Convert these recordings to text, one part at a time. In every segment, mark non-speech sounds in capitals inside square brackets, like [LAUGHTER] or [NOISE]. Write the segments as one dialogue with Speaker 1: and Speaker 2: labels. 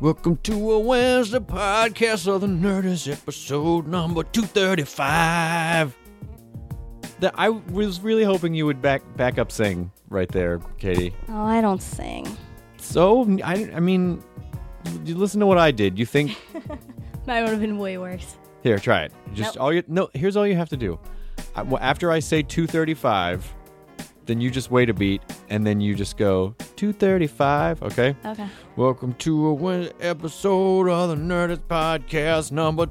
Speaker 1: Welcome to a Wednesday podcast of the Nerdist, episode number 235.
Speaker 2: That I was really hoping you would back back up sing right there, Katie.
Speaker 3: Oh, I don't sing.
Speaker 2: So I, I mean, you listen to what I did. You think
Speaker 3: Mine would have been way worse.
Speaker 2: here? Try it. Just all you no. Here's all you have to do. I, well, after I say two thirty five, then you just wait a beat and then you just go two thirty five. Okay.
Speaker 3: Okay.
Speaker 1: Welcome to a Wednesday episode of the Nerdist podcast number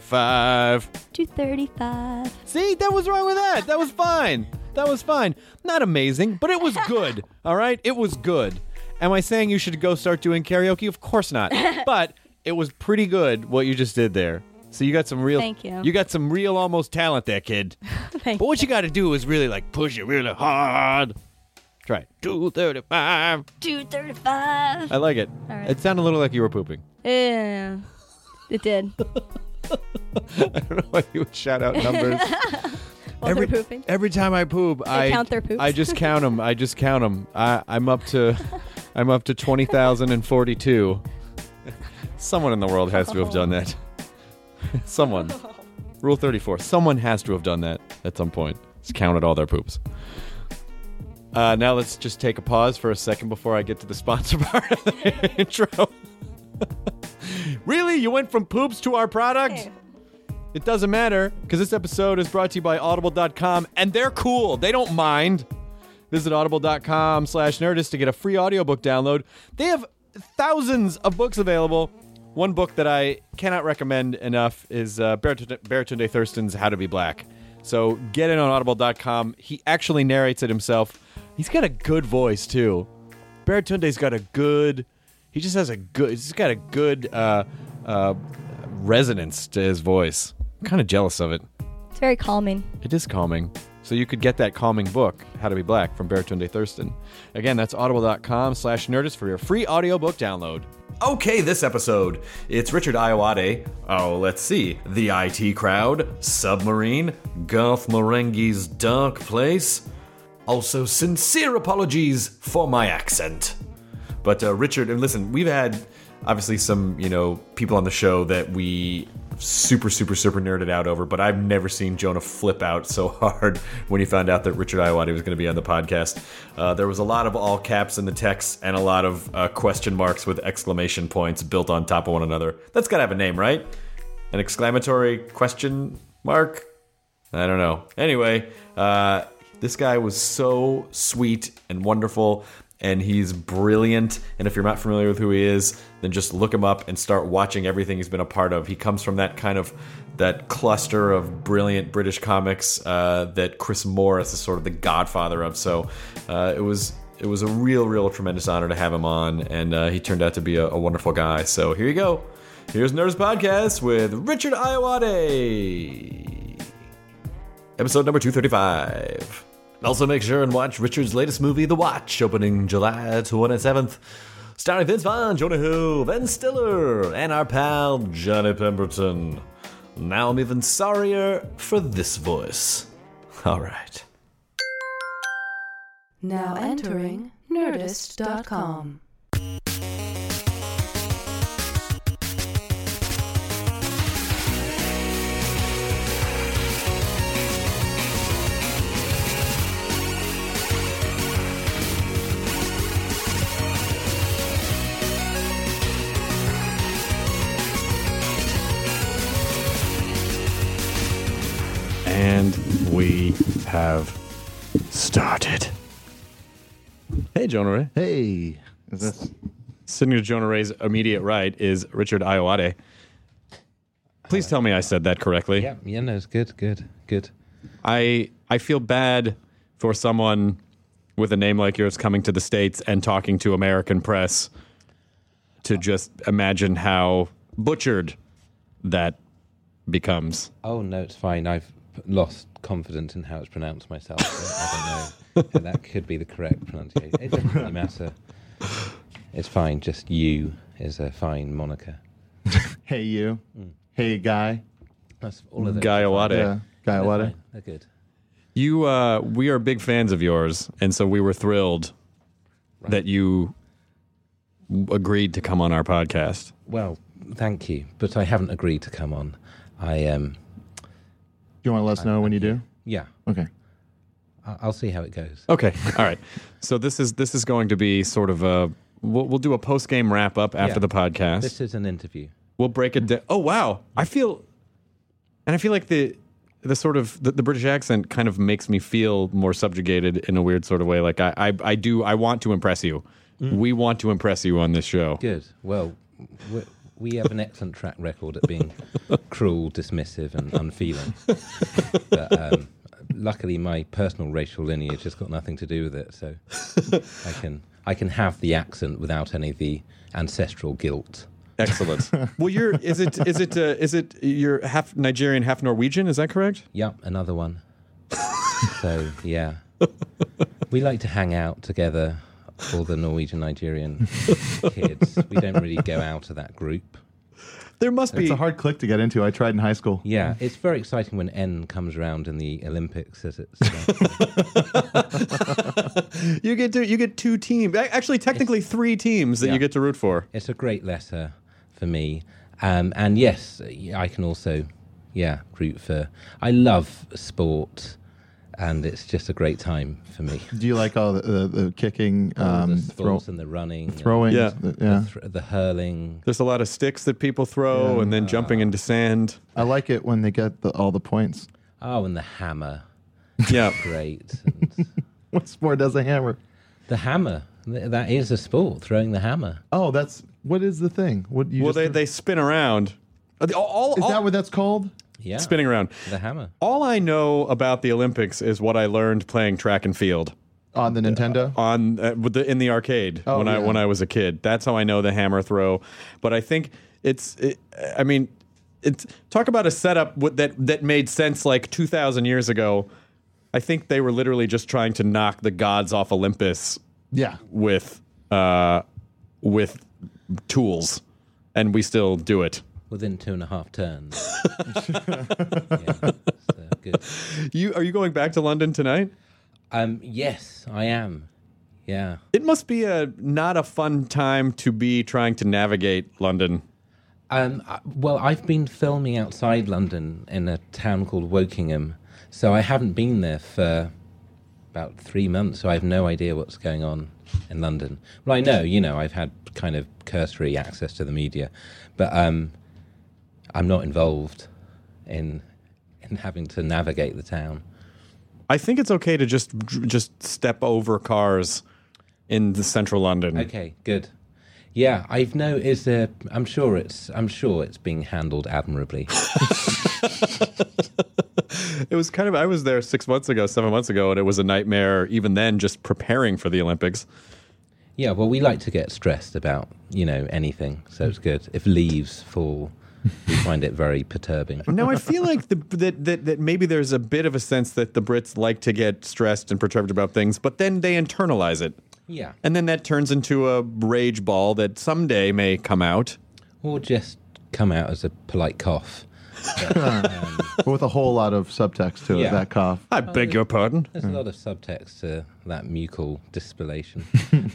Speaker 1: 235.
Speaker 3: [LAUGHS] 235.
Speaker 2: See, that was wrong with that. That was fine. That was fine. Not amazing, but it was
Speaker 3: [LAUGHS]
Speaker 2: good. All right, it was good. Am I saying you should go start doing karaoke? Of course
Speaker 3: [LAUGHS]
Speaker 2: not. But it was pretty good what you just did there. So you got some real.
Speaker 3: Thank you.
Speaker 2: You got some real almost talent there, kid.
Speaker 3: [LAUGHS] Thank
Speaker 1: But what you got to do is really like push it really hard.
Speaker 2: Try it.
Speaker 1: 235.
Speaker 3: 235.
Speaker 2: I like it.
Speaker 3: All right.
Speaker 2: It sounded a little like you were pooping.
Speaker 3: Yeah. It did.
Speaker 2: I [LAUGHS] don't know why you would shout out
Speaker 3: [LAUGHS]
Speaker 2: numbers.
Speaker 3: While
Speaker 2: every, e-
Speaker 3: they're pooping.
Speaker 2: every time I poop, I
Speaker 3: count their poops?
Speaker 2: I just count them. I just count them. I, I'm up
Speaker 3: [LAUGHS]
Speaker 2: to, I'm up to twenty thousand and forty-two. Someone in the world has to have done that. [LAUGHS] Someone. Rule thirty-four. Someone has to have done that at some point. Just counted all their poops. Uh, now let's just take a pause for a second before I get to the sponsor [LAUGHS] part of the intro. [LAUGHS] really, you went from poops to our product? It doesn't matter because this episode is brought to you by audible.com and they're cool. They don't mind. Visit audible.com slash nerdist to get a free audiobook download. They have thousands of books available. One book that I cannot recommend enough is uh, Baratunde Baratunde Thurston's How to Be Black. So get in on audible.com. He actually narrates it himself. He's got a good voice too. Baratunde's got a good. He just has a good. He's just got a good uh, uh, resonance to his voice. I'm kind of jealous of it.
Speaker 3: It's very calming.
Speaker 2: It is calming. So you could get that calming book, How to Be Black, from Baratunde Thurston. Again, that's audible.com slash nerdist for your free audiobook download.
Speaker 4: Okay, this episode. It's Richard Iowade. Oh, let's see. The IT Crowd, Submarine, Garth Marenghi's Dark Place. Also, sincere apologies for my accent. But uh, Richard, and listen, we've had obviously some, you know, people on the show that we super, super, super nerded out over, but I've never seen Jonah flip out so [LAUGHS] hard when he found out that Richard Iowati was going to be on the podcast. Uh, there was a lot of all caps in the text and a lot of uh, question marks with exclamation points built on top of one another. That's got to have a name, right? An exclamatory question mark? I don't know. Anyway, uh, this guy was so sweet and wonderful, and he's brilliant. And if you're not familiar with who he is, then just look him up and start watching everything he's been a part of. He comes from that kind of that cluster of brilliant British comics uh, that Chris Morris is sort of the godfather of. So uh, it was. It was a real, real tremendous honor to have him on, and uh, he turned out to be a, a wonderful guy. So here you go. Here's Nerds Podcast with Richard Iowade episode number 235. And Also, make sure and watch Richard's latest movie, The Watch, opening July 27th. Starring Vince Vaughn, Jonah Hill, Ben Stiller, and our pal Johnny Pemberton. Now I'm even sorrier for this voice. All right.
Speaker 5: Now entering Nerdist.com.
Speaker 2: And We have started. Hey, Jonah Ray.
Speaker 6: Hey, is this?
Speaker 2: Sitting to Jonah Ray's immediate right is Richard Iowade. Please tell me I said that correctly.
Speaker 6: Yeah, yeah, no, it's good, good, good.
Speaker 2: I I feel bad for someone with a name like yours coming to the states and talking to American press to just imagine how butchered that becomes.
Speaker 6: Oh no, it's fine. I've p- lost confidence in how it's pronounced myself. so I don't know. if that could be the correct pronunciation. It doesn't really matter. It's fine. Just you is a fine moniker.
Speaker 7: Hey, you. Hey, guy.
Speaker 6: That's all of those.
Speaker 2: Guy
Speaker 6: are fine.
Speaker 2: Awade.
Speaker 7: Yeah, guy.
Speaker 6: They're
Speaker 7: What?
Speaker 6: fine. They're good.
Speaker 2: You, uh, we are big fans of yours, and so we were thrilled that you agreed to come on our podcast.
Speaker 6: Well, thank you, but I haven't agreed to come on. I um,
Speaker 7: Do you want to let us know when you do?
Speaker 6: yeah,
Speaker 7: Okay.
Speaker 6: I- I'll see how it goes.
Speaker 2: Okay, [LAUGHS] all right. So this is this is going to be sort of a we'll, we'll do a post game wrap up after
Speaker 6: Yeah.
Speaker 2: the podcast.
Speaker 6: This is an interview.
Speaker 2: we'll break it down. Oh wow, I feel, and I feel like the the sort of the, the British accent kind of makes me feel more subjugated in a weird sort of way. Like I I, I do I want to impress you.
Speaker 6: Mm.
Speaker 2: We want to impress you on this show.
Speaker 6: Good. Well, we, we have an excellent track record at being cruel, dismissive, and unfeeling. But um, luckily, my personal racial lineage has got nothing to do with it, so I can I can have the accent without any of the ancestral guilt.
Speaker 7: [LAUGHS]
Speaker 2: Excellent. well, you're is it is it uh, is it you're half Nigerian, half Norwegian? Is that correct?
Speaker 6: Yup, another one. so yeah, we like to hang out together. All the Norwegian Nigerian kids. We don't really go out of that group.
Speaker 2: There must be.
Speaker 7: It's a hard click to get into. I tried in high school.
Speaker 6: Yeah, it's very exciting when N comes around in the Olympics. As it's, uh,
Speaker 7: [LAUGHS]
Speaker 2: you get to you get two teams. Actually, technically three teams that you
Speaker 6: Yeah.
Speaker 2: get to root for.
Speaker 6: it's a great letter for me. Um, and yes, I can also, yeah, root for. I love sport, and it's just a great time for me.
Speaker 7: Do you like all the, the, the kicking,
Speaker 6: All
Speaker 7: um,
Speaker 6: the
Speaker 7: throw,
Speaker 6: sports and the running, and
Speaker 7: throwing?
Speaker 2: Yeah.
Speaker 7: the- yeah.
Speaker 6: the, thr- the hurling.
Speaker 2: There's a lot of sticks that people throw, and then jumping into
Speaker 7: [LAUGHS]
Speaker 2: sand.
Speaker 7: I like it when they get the, all the points.
Speaker 6: Oh, and the hammer,
Speaker 2: Yeah.
Speaker 6: great. And
Speaker 7: [LAUGHS] What sport does a hammer?
Speaker 6: the hammer, th- that is a sport. Throwing the hammer.
Speaker 7: Oh, that's what is the thing? What you
Speaker 2: well,
Speaker 7: just
Speaker 2: they, they spin around. Are they- All, all,
Speaker 7: is
Speaker 2: all-
Speaker 7: that what that's called?
Speaker 6: Oh. Yeah,
Speaker 2: spinning around.
Speaker 6: the hammer.
Speaker 2: All I know about the Olympics is what I learned playing track and field
Speaker 7: On the Nintendo?
Speaker 2: on uh, with the, in the arcade
Speaker 7: Oh,
Speaker 2: when I
Speaker 7: yeah.
Speaker 2: when I was a kid. That's how I know the hammer throw. But I think it's it, I mean it's talk about a setup with, that that made sense like 2000 years ago. I think they were literally just trying to knock the gods off Olympus
Speaker 7: yeah.
Speaker 2: with uh with tools and we still do it.
Speaker 6: Within two and a half turns.
Speaker 2: [LAUGHS]
Speaker 6: yeah, so good.
Speaker 2: You are you going back to London tonight?
Speaker 6: Um, yes, I am. Yeah.
Speaker 2: It must be a not a fun time to be trying to navigate London.
Speaker 6: Um, I- well, I've been filming outside London in a town called Wokingham, so I haven't been there for about three months, so I have no idea what's going on in London. Well, I know, you know, I've had kind of cursory access to the media, but um, I'm not involved in in having to navigate the town.
Speaker 2: I think it's okay to just just step over cars in the central London.
Speaker 7: Mm.
Speaker 6: Okay, good. Yeah, I've noticed. Uh, I'm sure it's. I'm sure it's being handled admirably.
Speaker 2: It was kind of I was there 6 months ago, 7 months ago and it was a nightmare even then just preparing for the Olympics.
Speaker 6: Yeah, well, we like to get stressed about you know anything, so it's good. If leaves fall,
Speaker 7: [LAUGHS]
Speaker 6: we find it very perturbing.
Speaker 2: Now I feel like the, that, that that maybe there's a bit of a sense that the Brits like to get stressed and perturbed about things, but then they internalize it.
Speaker 6: Yeah,
Speaker 2: And then that turns into a rage ball that someday may come out.
Speaker 6: or just come out as a polite cough.
Speaker 7: But [LAUGHS] with a whole lot of subtext to it,
Speaker 6: Yeah.
Speaker 7: that cough.
Speaker 2: I
Speaker 6: Oh.
Speaker 2: beg your pardon.
Speaker 6: There's a lot of subtext to that mucal
Speaker 2: [LAUGHS]
Speaker 6: distillation,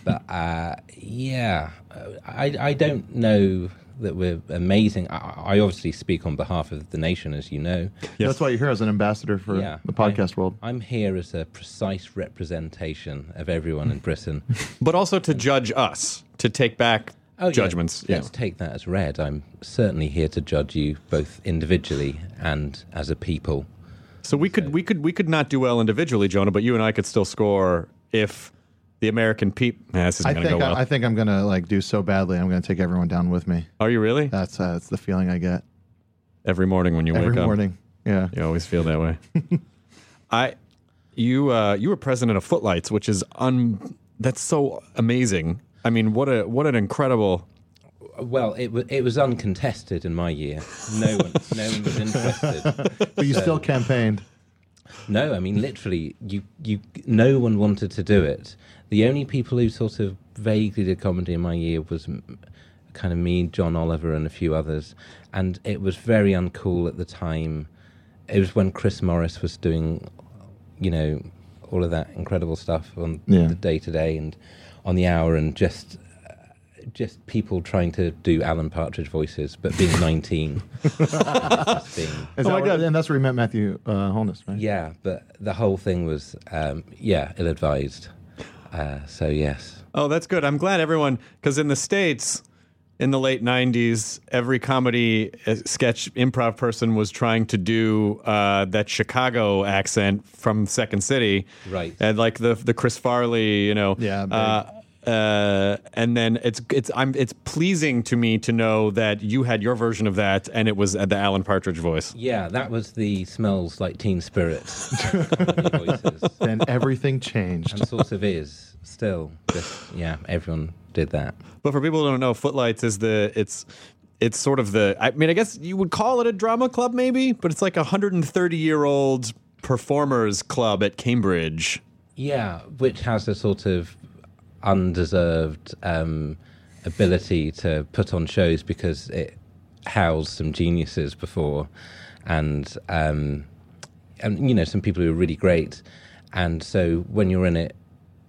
Speaker 6: but uh, yeah, uh, I I don't know that we're amazing. I, I obviously speak on behalf of the nation, as you know.
Speaker 7: That's why you're here as an ambassador for
Speaker 6: Yeah,
Speaker 7: the podcast world.
Speaker 6: I'm here as a precise representation of everyone
Speaker 2: [LAUGHS]
Speaker 6: in Britain.
Speaker 2: But also to judge us, to take back
Speaker 6: Oh, yeah.
Speaker 2: judgments. Yeah.
Speaker 6: Let's take that as read. I'm certainly here to judge you both individually and as a people.
Speaker 2: So we could we could we could not do well individually, Jonah, but you and I could still score if the American peep. Nah, this isn't
Speaker 7: I
Speaker 2: going to
Speaker 7: think
Speaker 2: go well.
Speaker 7: I, I think I'm gonna like do so badly. I'm gonna take everyone down with me.
Speaker 2: Are you really?
Speaker 7: That's uh, that's the feeling I get
Speaker 2: every morning when you
Speaker 7: every
Speaker 2: wake up.
Speaker 7: morning. Yeah.
Speaker 2: You always feel that
Speaker 7: [LAUGHS]
Speaker 2: way. I, you, uh, you were president of Footlights, which is un. That's so amazing. I mean, what a what an incredible.
Speaker 6: Well, it was it was uncontested in my year. No one, no one was interested.
Speaker 7: But you
Speaker 6: So-
Speaker 7: still campaigned.
Speaker 6: No, I mean literally, you you no one wanted to do it. The only people who sort of vaguely did comedy in my year was m- kind of me, John Oliver, and a few others, and it was very uncool at the time. It was when Chris Morris was doing, you know, all of that incredible stuff on
Speaker 7: Yeah.
Speaker 6: the day to day and on the hour, and just uh, just people trying to do Alan Partridge voices, but being nineteen. [LAUGHS] Just being-
Speaker 7: Is that what- And that's where you met Matthew uh, Holness, right?
Speaker 6: yeah, but the whole thing was, um, yeah, ill advised. Uh, so, yes.
Speaker 2: Oh, that's good. I'm glad everyone, because in the states, in the late '90s, every comedy uh, sketch improv person was trying to do uh, that Chicago accent from Second City,
Speaker 6: Right.
Speaker 2: And like the the Chris Farley, you know,
Speaker 7: Yeah, big.
Speaker 2: Uh, uh, and then it's it's I'm it's pleasing to me to know that you had your version of that, and it was uh, the Alan Partridge voice.
Speaker 6: Yeah, that was the smells like teen spirit.
Speaker 7: Then everything changed.
Speaker 6: and sort of is still. Just, yeah, everyone did that.
Speaker 2: But for people who don't know, Footlights is the it's it's sort of the I mean I guess you would call it a drama club maybe, but it's like a 130 year old performers club at Cambridge.
Speaker 6: Yeah, which has a sort of undeserved um, ability to put on shows because it housed some geniuses before, and um, and you know some people who are really great, and so when you're in it,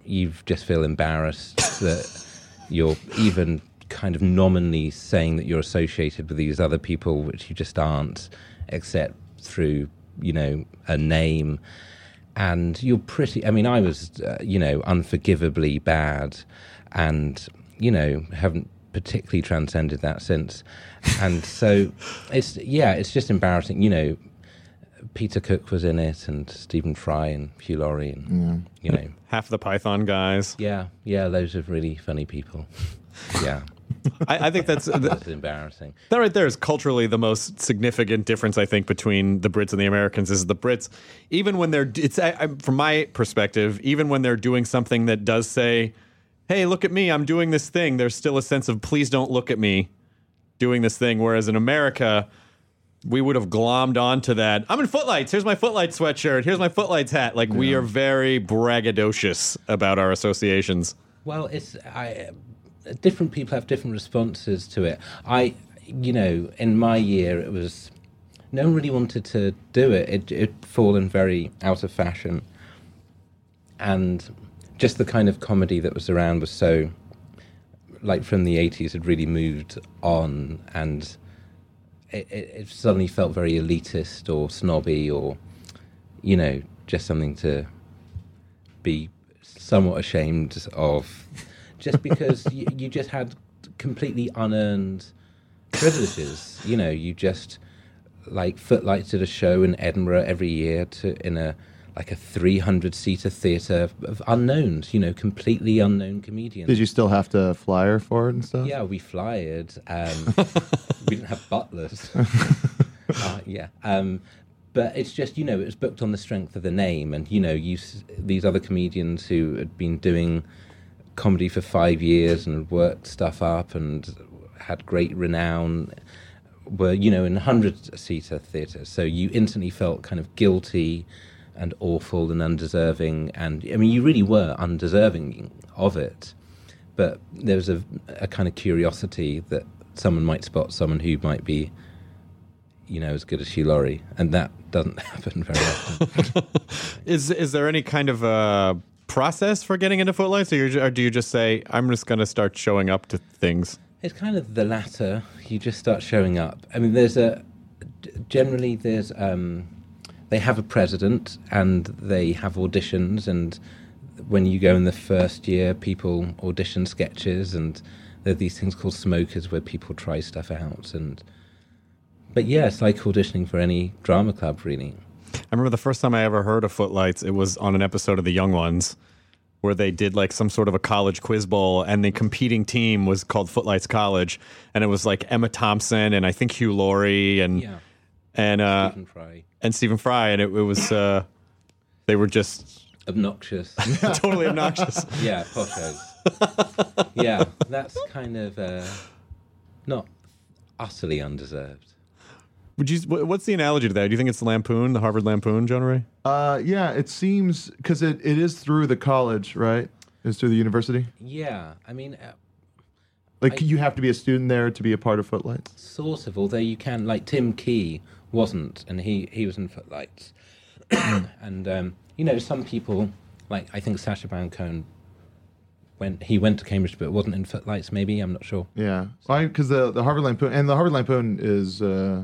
Speaker 6: you just feel embarrassed [COUGHS] that you're even kind of nominally saying that you're associated with these other people, which you just aren't, except through you know a name and you're pretty. I mean, I was, uh, you know, unforgivably bad, and you know, haven't particularly transcended that since. And so, it's yeah, it's just embarrassing. You know, Peter Cook was in it, and Stephen Fry, and Hugh Laurie, and you know,
Speaker 2: Half the Python guys.
Speaker 6: yeah, yeah, loads of really funny people. [LAUGHS] Yeah,
Speaker 2: I, I think that's
Speaker 6: it's
Speaker 2: that
Speaker 6: embarrassing.
Speaker 2: right there is culturally the most significant difference I think between the Brits and the Americans is the Brits, even when they're it's I, I, from my perspective, even when they're doing something that does say, "Hey, look at me, I'm doing this thing," there's still a sense of please don't look at me doing this thing. Whereas in America, we would have glommed onto that. I'm in footlights. Here's my footlight sweatshirt. Here's my footlights hat. Like we are very braggadocious about our associations.
Speaker 6: Well, it's I, uh, different people have different responses to it. I, you know, in my year it was no one really wanted to do it. It it'd fallen very out of fashion, and just the kind of comedy that was around was so like from the 80s had really moved on and it, it, it suddenly felt very elitist or snobby or you know just something to be somewhat ashamed of just because [LAUGHS] you, you just had completely unearned privileges you know you just like footlights did a show in edinburgh every year to in a like a 300 seater theatre of unknowns you know completely unknown comedians
Speaker 7: Did you still have to flyer for it and stuff?
Speaker 6: yeah, we flyered. Um, we didn't have butlers. uh, yeah. Um, but it's just, you know, it was booked on the strength of the name. And, you know, you, s- these other comedians who had been doing comedy for five years and had worked stuff up and had great renown were, you know, in 100 seater theatres. So you instantly felt kind of guilty and awful and undeserving. And, I mean, you really were undeserving of it but there was a, a kind of curiosity that someone might spot someone who might be, you know, as good as she Laurie, and that doesn't [LAUGHS] happen very often.
Speaker 2: Is is there any kind of uh, process for getting into Footlights, or, you're, or do you just say, "I'm just going to start showing up to things"?
Speaker 6: it's kind of the latter. You just start showing up. I mean, there's a g- generally there's um, they have a president and they have auditions, and when you go in the first year, people audition sketches, and there are these things called smokers where people try stuff out and. But yeah, it's like auditioning for any drama club, really.
Speaker 2: I remember the first time I ever heard of Footlights, it was on an episode of The Young Ones where they did like some sort of a college quiz bowl and the competing team was called Footlights College and it was like Emma Thompson and I think Hugh Laurie and
Speaker 6: Yeah.
Speaker 2: and uh
Speaker 6: Stephen Fry.
Speaker 2: and Stephen Fry and it, it was uh they were just [LAUGHS]
Speaker 6: obnoxious.
Speaker 2: totally obnoxious.
Speaker 6: yeah, poshos. yeah, that's kind of uh, not utterly undeserved.
Speaker 2: Would you wh- what's the analogy to that? Do you think it's the Lampoon, the Harvard Lampoon, John Ray?
Speaker 7: Uh, yeah, it seems because it, it is through the college, right? It's through the university.
Speaker 6: Yeah, I mean, uh,
Speaker 7: Like you have to be a student there to be a part of Footlights.
Speaker 6: sort of. Although you can, like Tim Key wasn't, and he he was in Footlights, [COUGHS] and um, you know some people, like I think Sacha Baron Cohen, went he went to Cambridge but wasn't in Footlights. Maybe I'm not sure.
Speaker 7: Yeah, because the the Harvard Lampoon and the Harvard Lampoon is uh,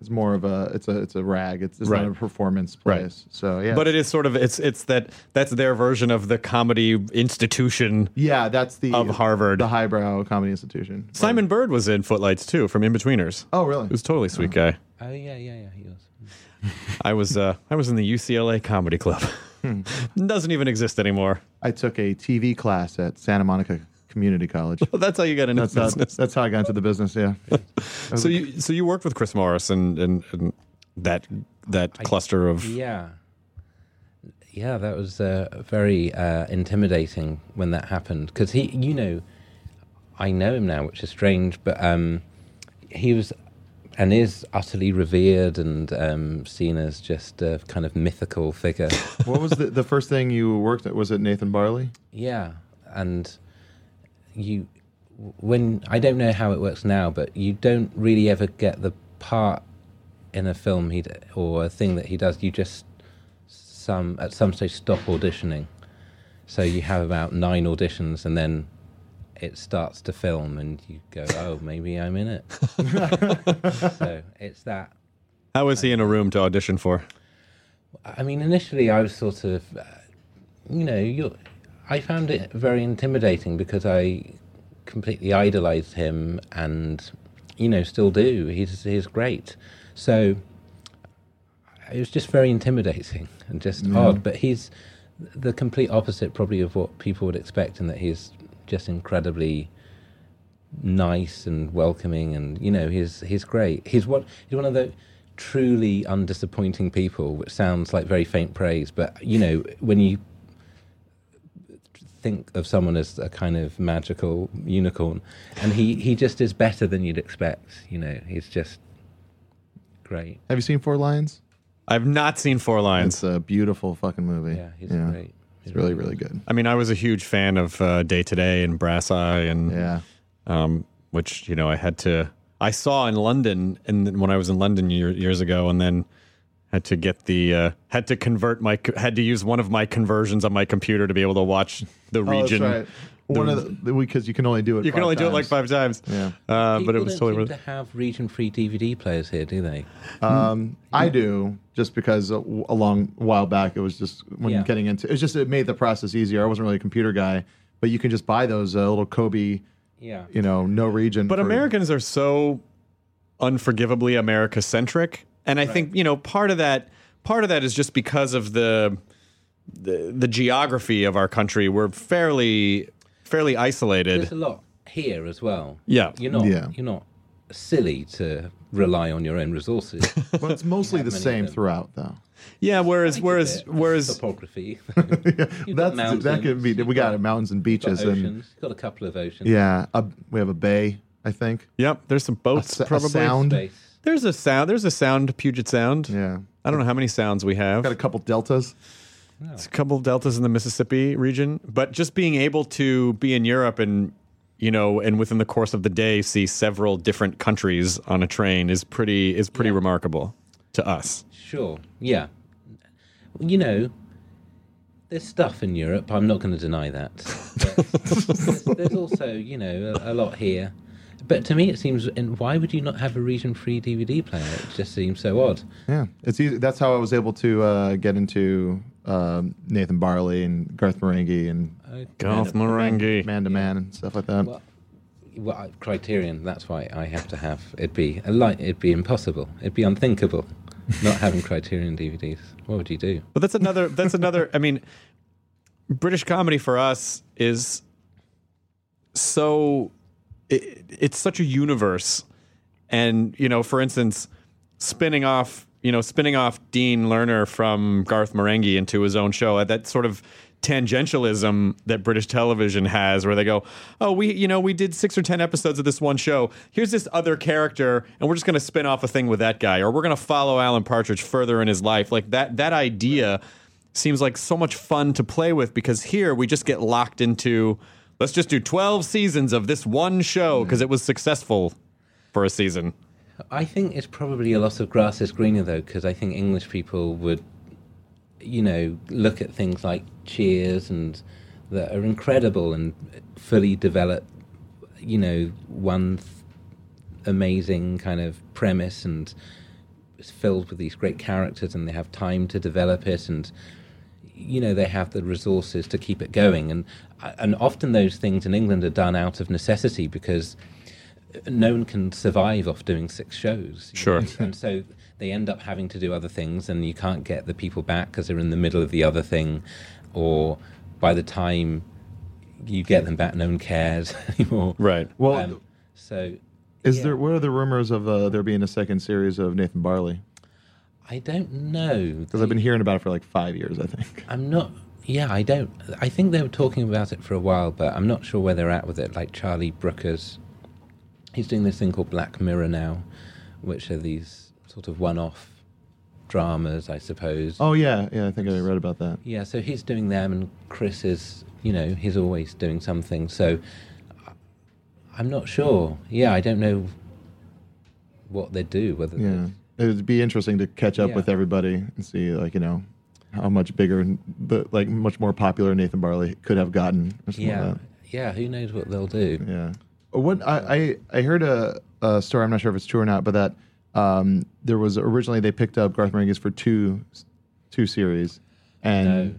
Speaker 7: is more of a it's a it's a rag. It's, it's
Speaker 2: Right.
Speaker 7: not a performance place. So yeah,
Speaker 2: But it is sort of it's it's that that's their version of the comedy institution
Speaker 7: yeah, that's the
Speaker 2: of Harvard.
Speaker 7: the highbrow comedy institution.
Speaker 2: Simon Bird was in Footlights too from Inbetweeners.
Speaker 7: Oh, really?
Speaker 2: He was a totally sweet
Speaker 7: Uh-huh.
Speaker 2: guy.
Speaker 6: Oh yeah, yeah, yeah. He was.
Speaker 2: I was uh, I was in the UCLA Comedy Club.
Speaker 7: Hmm.
Speaker 2: [LAUGHS] Doesn't even exist anymore.
Speaker 7: I took a TV class at Santa Monica Community College.
Speaker 2: [LAUGHS] that's how you got into
Speaker 7: that's
Speaker 2: business.
Speaker 7: How, that's how I got into the business. Yeah.
Speaker 2: [LAUGHS] So you so you worked with Chris Morris and and, and that that cluster of
Speaker 6: Yeah. Yeah, that was uh, very uh, intimidating when that happened because he, you know, I know him now, which is strange, but um, he was and is utterly revered and um, seen as just a kind of mythical figure.
Speaker 7: what was the, the first thing you worked at? Was it Nathan Barley?
Speaker 6: Yeah, and you when I don't know how it works now, but you don't really ever get the part in a film he d- or a thing that he does. You just some at some stage stop auditioning, so you have about nine auditions, and then it starts to film, and you go, "Oh, maybe I'm in it." so it's that
Speaker 2: how was he in a room to audition for?
Speaker 6: I mean, initially I was sort of, uh, you know, you're, I found it very intimidating because I completely idolized him and, you know, still do. He's, he's great. So it was just very intimidating and just
Speaker 7: Yeah.
Speaker 6: odd. But he's the complete opposite, probably, of what people would expect, in that he's just incredibly nice and welcoming and you know he's he's great he's what he's one of the truly undisappointing people which sounds like very faint praise but you know when you think of someone as a kind of magical unicorn and he he just is better than you'd expect you know he's just great
Speaker 7: Have you seen Four Lions?
Speaker 2: I've not seen Four Lions.
Speaker 7: It's uh, a beautiful fucking movie. Yeah,
Speaker 6: he's great.
Speaker 7: It's really, really good.
Speaker 2: I mean, I was a huge fan of uh, Day to Day and Brass Eye, and
Speaker 7: yeah,
Speaker 2: um, which you know I had to. I saw in London, and then when I was in London year, years ago, and then had to get the uh, had to convert my co- had to use one of my conversions on my computer to be able to watch the region.
Speaker 7: Oh, that's right. One of the because you can only do it.
Speaker 2: You can
Speaker 7: five
Speaker 2: only do it like five
Speaker 7: times.
Speaker 2: times.
Speaker 7: Yeah.
Speaker 2: Uh, but it
Speaker 6: People
Speaker 2: was
Speaker 6: don't
Speaker 2: totally
Speaker 6: seem
Speaker 2: worth
Speaker 6: to have region free dvd players here do they
Speaker 7: Um, I do just because a, a long while back it was just when
Speaker 6: Yeah.
Speaker 7: getting into it was just it made the process easier. I wasn't really a computer guy, but you can just buy those uh, little Kobe,
Speaker 6: yeah
Speaker 7: you know, no region.
Speaker 2: But
Speaker 7: for-
Speaker 2: Americans are so unforgivably America centric, and I think you know part of that part of that is just because of the the, the geography of our country. We're fairly fairly
Speaker 6: there's
Speaker 2: isolated.
Speaker 6: a lot here as well
Speaker 2: Yeah.
Speaker 6: you're not
Speaker 7: Yeah.
Speaker 6: you're not silly to rely on your own resources
Speaker 7: But it's mostly the same throughout, though.
Speaker 2: Yeah. Whereas whereas whereas
Speaker 7: [LAUGHS]
Speaker 6: topography
Speaker 7: That's that could
Speaker 6: mountains,
Speaker 7: be. We
Speaker 6: you've
Speaker 7: got
Speaker 6: got-
Speaker 7: mountains and
Speaker 6: Got
Speaker 7: beaches and
Speaker 6: oceans. Got a couple of oceans.
Speaker 7: yeah, a, we have a bay. I think
Speaker 2: yep. There's some
Speaker 7: A
Speaker 2: boats
Speaker 7: s- a
Speaker 2: probably.
Speaker 7: sound.
Speaker 6: Space.
Speaker 2: There's a sound. There's a sound. Puget Sound.
Speaker 7: Yeah,
Speaker 2: I don't know how many sounds we have.
Speaker 7: got a couple deltas.
Speaker 2: It's a couple of deltas in the Mississippi region, but just being able to be in Europe and you know, and within the course of the day, see several different countries on a train is pretty is pretty remarkable to us.
Speaker 6: Sure. Yeah. You know, there's stuff in Europe. I'm not going to deny that. [LAUGHS] But there's, there's also, you know, a, a lot here. But to me, it seems. And why would you not have a region-free DVD player? It just seems so odd.
Speaker 7: Yeah, it's easy. That's how I was able to uh, get into um, Nathan Barley and Garth Marenghi and
Speaker 2: Garth Marenghi.
Speaker 7: Man to Man and stuff like that.
Speaker 6: Uh, Well, well, I- Criterion. That's why I have to have. It'd be a light. It'd be impossible. It'd be unthinkable. [LAUGHS] not having Criterion DVDs. What would you do?
Speaker 2: But that's another. That's another. I mean, British comedy for us is so. It, it's such a universe, and you know, for instance, spinning off. You know, spinning off Dean Lerner from Garth Marenghi into his own show. uh, That sort of tangentialism that British television has, where they go, "Oh, we, you know, we did six or ten episodes of this one show. Here's this other character, and we're just going to spin off a thing with that guy, or we're going to follow Alan Partridge further in his life." Like that. That idea seems like so much fun to play with because here we just get locked into. Let's just do twelve seasons of this one show because it was successful for a season.
Speaker 6: I think it's probably a lot of grass is greener though, because I think English people would, you know, look at things like Cheers and that are incredible and fully developed, you know, one th- amazing kind of premise and it's filled with these great characters and they have time to develop it and you know they have the resources to keep it going and uh, and often those things in England are done out of necessity because no one can survive off doing six shows. you
Speaker 2: Sure.
Speaker 6: know, [LAUGHS] And so they end up having to do other things, and you can't get the people back because they're in the middle of the other thing, or by the time you get them back, no one cares [LAUGHS] anymore.
Speaker 2: Right.
Speaker 7: Well,
Speaker 6: Um, so
Speaker 7: is there what are the rumors of uh, there being a second series of Nathan Barley?
Speaker 6: I don't know.
Speaker 7: Because I've been hearing about it for like five years, I think.
Speaker 6: I'm not. Yeah, I don't. I think they were talking about it for a while, but I'm not sure where they're at with it. Like Charlie Brooker's, he's doing this thing called Black Mirror now, which are these sort of one-off dramas, I suppose.
Speaker 7: Oh yeah, yeah, I think I read about that.
Speaker 6: Yeah, so he's doing them, and Chris is, you know, he's always doing something. So I- I'm not sure. Yeah, I don't know what they do. Whether
Speaker 7: Yeah, it would be interesting to catch up
Speaker 6: Yeah.
Speaker 7: with everybody and see, like you know, how much bigger, and the like much more popular Nathan Barley could have gotten. Or something like
Speaker 6: yeah,
Speaker 7: that.
Speaker 6: yeah. Who knows what they'll do?
Speaker 7: Yeah. What I, I I heard a, a story. I'm not sure if it's true or not, but that um, there was originally they picked up Garth Marenghi's for two two series, and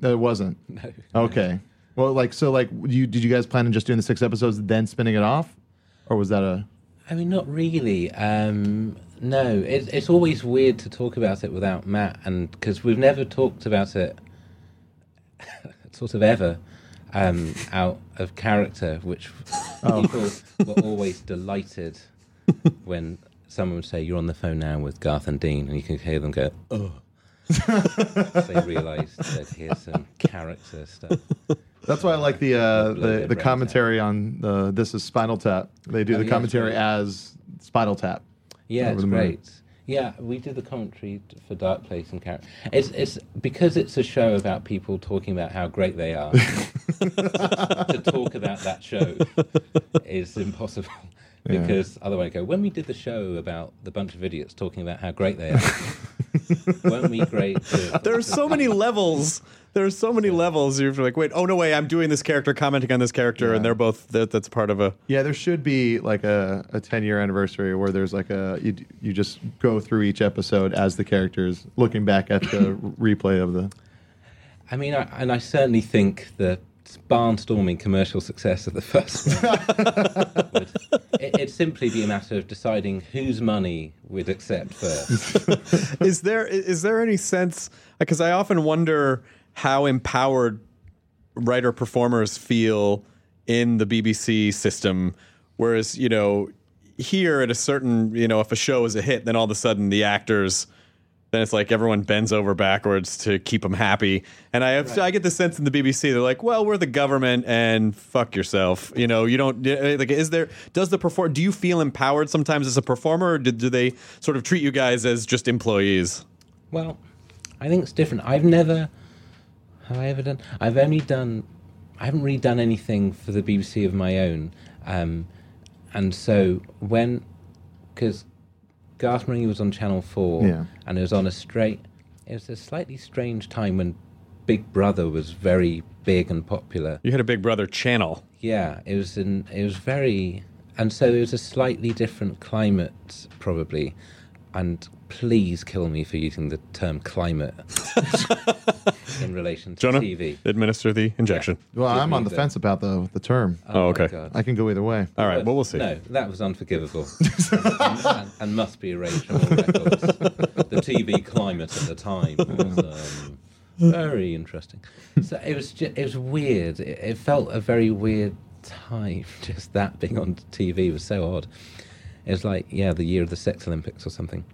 Speaker 7: no, it wasn't.
Speaker 6: [LAUGHS] No.
Speaker 7: Okay. Well, like so, like you did you guys plan on just doing the six episodes then spinning it off, or was that a
Speaker 6: I mean, not really. Um, no, it's it's always weird to talk about it without Matt, and because we've never talked about it, [LAUGHS] sort of ever, um, out of character, which
Speaker 8: Oh.
Speaker 6: [LAUGHS] people were always delighted when someone would say, "You're on the phone now with Garth and Dean," and you could hear them go, "Oh." they realised that here's some character stuff.
Speaker 7: That's why I like the uh, the,
Speaker 6: Bloated
Speaker 7: the
Speaker 6: right
Speaker 7: commentary on the this is Spinal Tap. They do
Speaker 6: Oh,
Speaker 7: the
Speaker 6: yeah,
Speaker 7: commentary
Speaker 6: sure.
Speaker 7: as Spinal Tap.
Speaker 6: Yeah,
Speaker 7: Over
Speaker 6: it's
Speaker 7: the moon.
Speaker 6: great. Yeah, we did the commentary t- for Dark Place and Character. It's it's because it's a show about people talking about how great they are. to talk about that show is impossible
Speaker 8: Yeah.
Speaker 6: because otherwise, I go when we did the show about the bunch of idiots talking about how great they are. weren't we great? to-
Speaker 2: there are so many levels. There are so many levels. You're like, wait, oh no, way, I'm doing this character, commenting on this character, and they're both that, that's part of a.
Speaker 7: Yeah, there should be like a, a 10 year anniversary where there's like a you, d- you just go through each episode as the characters looking back at the replay of the
Speaker 6: I mean, I, and I certainly think the barnstorming commercial success of the first [LAUGHS] one would it, it'd simply be a matter of deciding whose money we'd accept first.
Speaker 2: is there is there any sense? Because I often wonder how empowered writer performers feel in the BBC system, whereas you know here at a certain you know if a show is a hit, then all of a sudden the actors. Then it's like everyone bends over backwards to keep them happy, and I have, I get the sense in the BBC they're like, "Well, we're the government, and fuck yourself." You know, you don't eh, like. Is there does the perform? Do you feel empowered sometimes as a performer, or do, do they sort of treat you guys as just employees?
Speaker 6: Well, I think it's different. I've never have I ever done. I've only done. I haven't really done anything for the BBC of my own, um, and so when because Garth Marenghi was on Channel Four,
Speaker 7: Yeah.
Speaker 6: and it was on a straight. It was a slightly strange time when Big Brother was very big and popular.
Speaker 2: You had a Big Brother channel.
Speaker 6: Yeah, it was in, it was very, and so it was a slightly different climate probably, and please kill me for using the term climate in relation to
Speaker 2: Jonah, Oh,
Speaker 6: TV.
Speaker 2: administer the injection.
Speaker 7: Well,
Speaker 6: Give
Speaker 7: I'm
Speaker 6: me
Speaker 7: on the
Speaker 6: the-
Speaker 7: fence about the the term.
Speaker 6: Oh, Oh, okay. my God.
Speaker 7: I can go either way.
Speaker 2: All right, well, we'll see.
Speaker 6: No, that was
Speaker 2: [LAUGHS]
Speaker 6: unforgivable and, and- and must be erased from all records. The TV climate at the time
Speaker 2: [LAUGHS]
Speaker 6: was um, very interesting. So it was ju- it was weird. It, it felt a very weird time. [LAUGHS] Just that being on TV was so odd. It was like yeah, the year of the Sex Olympics or something.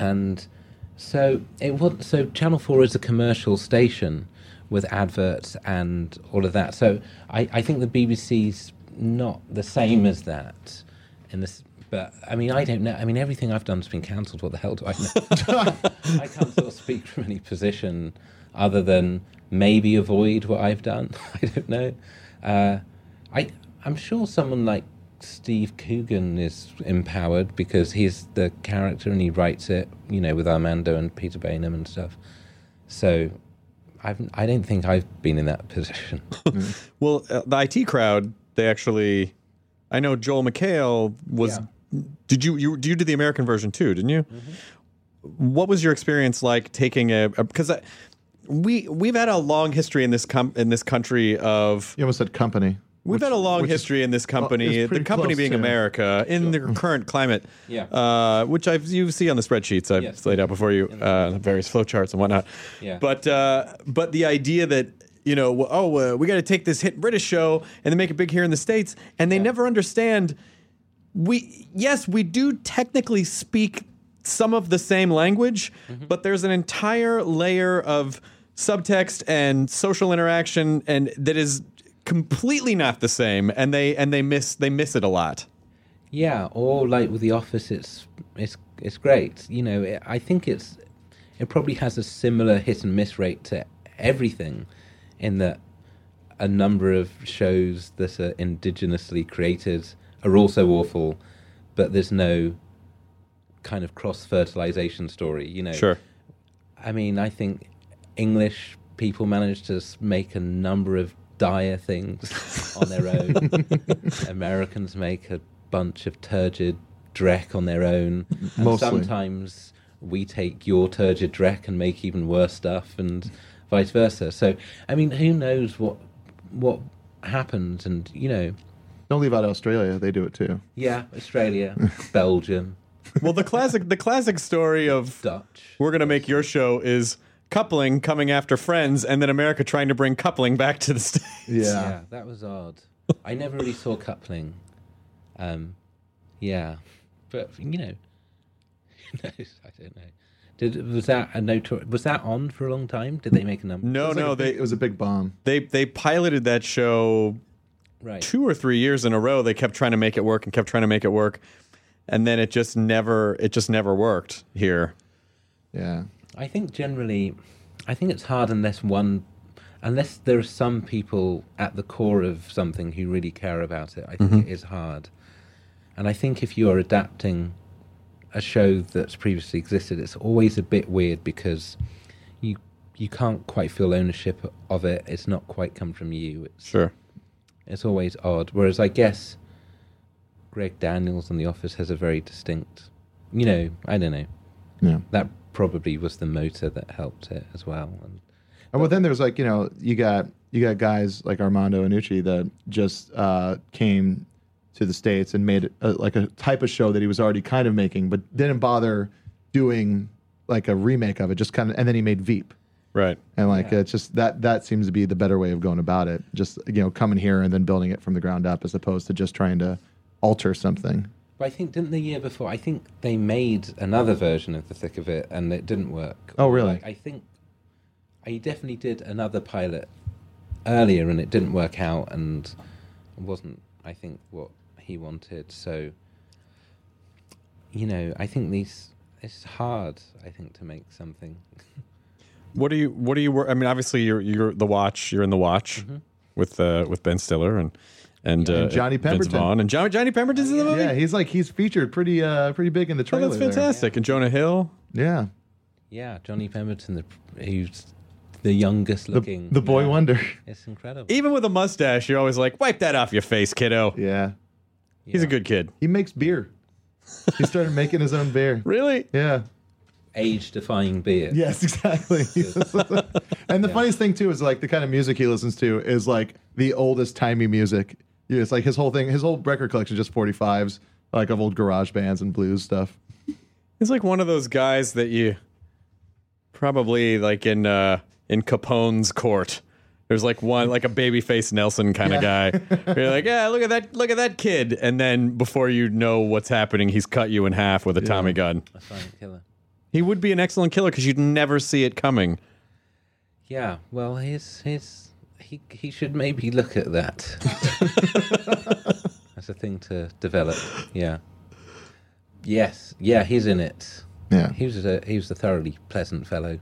Speaker 6: And so it was. So Channel Four is a commercial station with adverts and all of that. So I, I think the BBC's not the same as that. In this, but I mean, I don't know. I mean, everything I've done has been cancelled. What the hell do I know? I can't sort of speak from any position other than maybe avoid what I've done. [LAUGHS] I don't know. Uh, I I'm sure someone like Steve Coogan is empowered because he's the character and he writes it, you know, with Armando and Peter Bainham and stuff. So I've I don't think I've been in that [LAUGHS] position.
Speaker 2: Well, uh, the IT crowd, they actually. I know Joel McHale was. Did you, you you did the American version too? Didn't you?
Speaker 7: Mm-hmm.
Speaker 2: What was your experience like taking a because we we've had a long history in this com- in this country of
Speaker 7: you almost said company.
Speaker 2: We've had a long history in this company,
Speaker 7: it's
Speaker 2: the
Speaker 7: pretty
Speaker 2: company
Speaker 7: close
Speaker 2: being
Speaker 7: to-
Speaker 2: America in the current climate,
Speaker 7: Yeah.
Speaker 2: uh, which I've you see on the spreadsheets I've laid out before you, uh, various flowcharts and whatnot.
Speaker 6: Yeah.
Speaker 2: But uh, but the idea that you know, well, oh, uh, we got to take this hit British show and then make it big here in the states, and they never understand. We yes, we do technically speak some of the same language, but there's an entire layer of subtext and social interaction, and that is completely not the same. And they and they miss they miss it a lot.
Speaker 6: Yeah, or like with the office, it's it's it's great. You know, it, I think it's it probably has a similar hit and miss rate to everything, in that a number of shows that are indigenously created are also awful, but there's no kind of cross fertilization story. You know,
Speaker 2: Sure.
Speaker 6: I mean, I think English people manage to s- make a number of dire things on their own. Americans make a bunch of turgid dreck on their own. And
Speaker 7: Mostly.
Speaker 6: sometimes we take your turgid dreck and make even worse stuff, and vice versa. So, I mean, who knows what what happens? And you know,
Speaker 7: Don't leave out Australia. They do it too.
Speaker 6: yeah, Australia, Belgium.
Speaker 2: Well, the classic the classic story of
Speaker 6: Dutch.
Speaker 2: We're gonna make your show is coupling coming after Friends, and then America trying to bring coupling back to the
Speaker 7: [LAUGHS]
Speaker 2: states.
Speaker 6: that was odd. I never really saw coupling. Um, yeah, but you know, [LAUGHS] who knows? I don't know. Did was that a notor- Was that on for a long time? Did they make a number?
Speaker 2: No, no, they
Speaker 7: it was a big bomb.
Speaker 2: They they piloted that show
Speaker 6: Right.
Speaker 2: two or three years in a row. They kept trying to make it work and kept trying to make it work, and then it just never it just never worked here.
Speaker 7: Yeah.
Speaker 6: I think generally, I think it's hard unless one, unless there are some people at the core of something who really care about it. I think
Speaker 8: Mhm.
Speaker 6: it is hard, and I think if you are adapting a show that's previously existed, it's always a bit weird because you you can't quite feel ownership of it. It's not quite come from you. It's,
Speaker 2: sure,
Speaker 6: it's always odd. Whereas I guess Greg Daniels on The Office has a very distinct, you know, I don't know.
Speaker 7: Yeah.
Speaker 6: That probably was the motor that helped it as well. And
Speaker 7: Oh, well, then there's like you know you got you got guys like Armando Anucci that just uh, came to the states and made a, like a type of show that he was already kind of making, but didn't bother doing like a remake of it. Just kind of, and then he made Veep,
Speaker 2: right?
Speaker 7: And like it's just that that seems to be the better way of going about it. Just you know coming here and then building it from the ground up as opposed to just trying to alter something.
Speaker 6: but I think didn't the year before? I think they made another version of The Thick of It, and it didn't work.
Speaker 7: Oh, really?
Speaker 6: Like, I think I definitely did another pilot earlier, and it didn't work out, and it wasn't, I think, what he wanted. So, you know, I think these. It's hard, I think, to make something.
Speaker 2: What are you What are you? wor- I mean, obviously you're you're the watch. You're in the watch with uh, with Ben Stiller and and, uh,
Speaker 7: Mm-hmm. And Johnny
Speaker 2: Vince
Speaker 7: Pemberton.
Speaker 2: Vaughn. and Johnny Johnny Pemberton's in the movie.
Speaker 7: Yeah, he's like he's featured pretty uh pretty big in the
Speaker 2: Oh,
Speaker 7: trailer.
Speaker 2: that's
Speaker 7: there.
Speaker 2: fantastic. And Jonah Hill.
Speaker 7: Yeah.
Speaker 6: Yeah, Johnny Pemberton, the, who's the youngest looking.
Speaker 7: the boy
Speaker 6: yeah.
Speaker 7: wonder. [LAUGHS]
Speaker 6: It's incredible.
Speaker 2: Even with a mustache, you're always like, wipe that off your face, kiddo.
Speaker 7: Yeah.
Speaker 2: He's a good kid.
Speaker 7: [LAUGHS] He makes beer. He started making his own beer.
Speaker 2: Really?
Speaker 7: Yeah.
Speaker 6: age-defying beer.
Speaker 7: Yes, exactly. [LAUGHS] and the funniest thing too is like the kind of music he listens to is like the oldest timey music. Yeah, It's like his whole thing, his whole record collection, is just 45s, like of old garage bands and blues stuff.
Speaker 2: He's like one of those guys that you probably like in uh in Capone's court. There's like one like a babyface Nelson kind of guy. You're like, yeah, look at that, look at that kid, and then before you know what's happening, he's cut you in half with a Tommy gun.
Speaker 6: Killer.
Speaker 2: He would be an excellent killer because you'd never see it coming.
Speaker 6: Yeah. Well, his his he he should maybe look at [LAUGHS] that as a thing to develop. Yeah. Yes. Yeah. He's in it.
Speaker 7: Yeah.
Speaker 6: He was a he was a thoroughly pleasant fellow.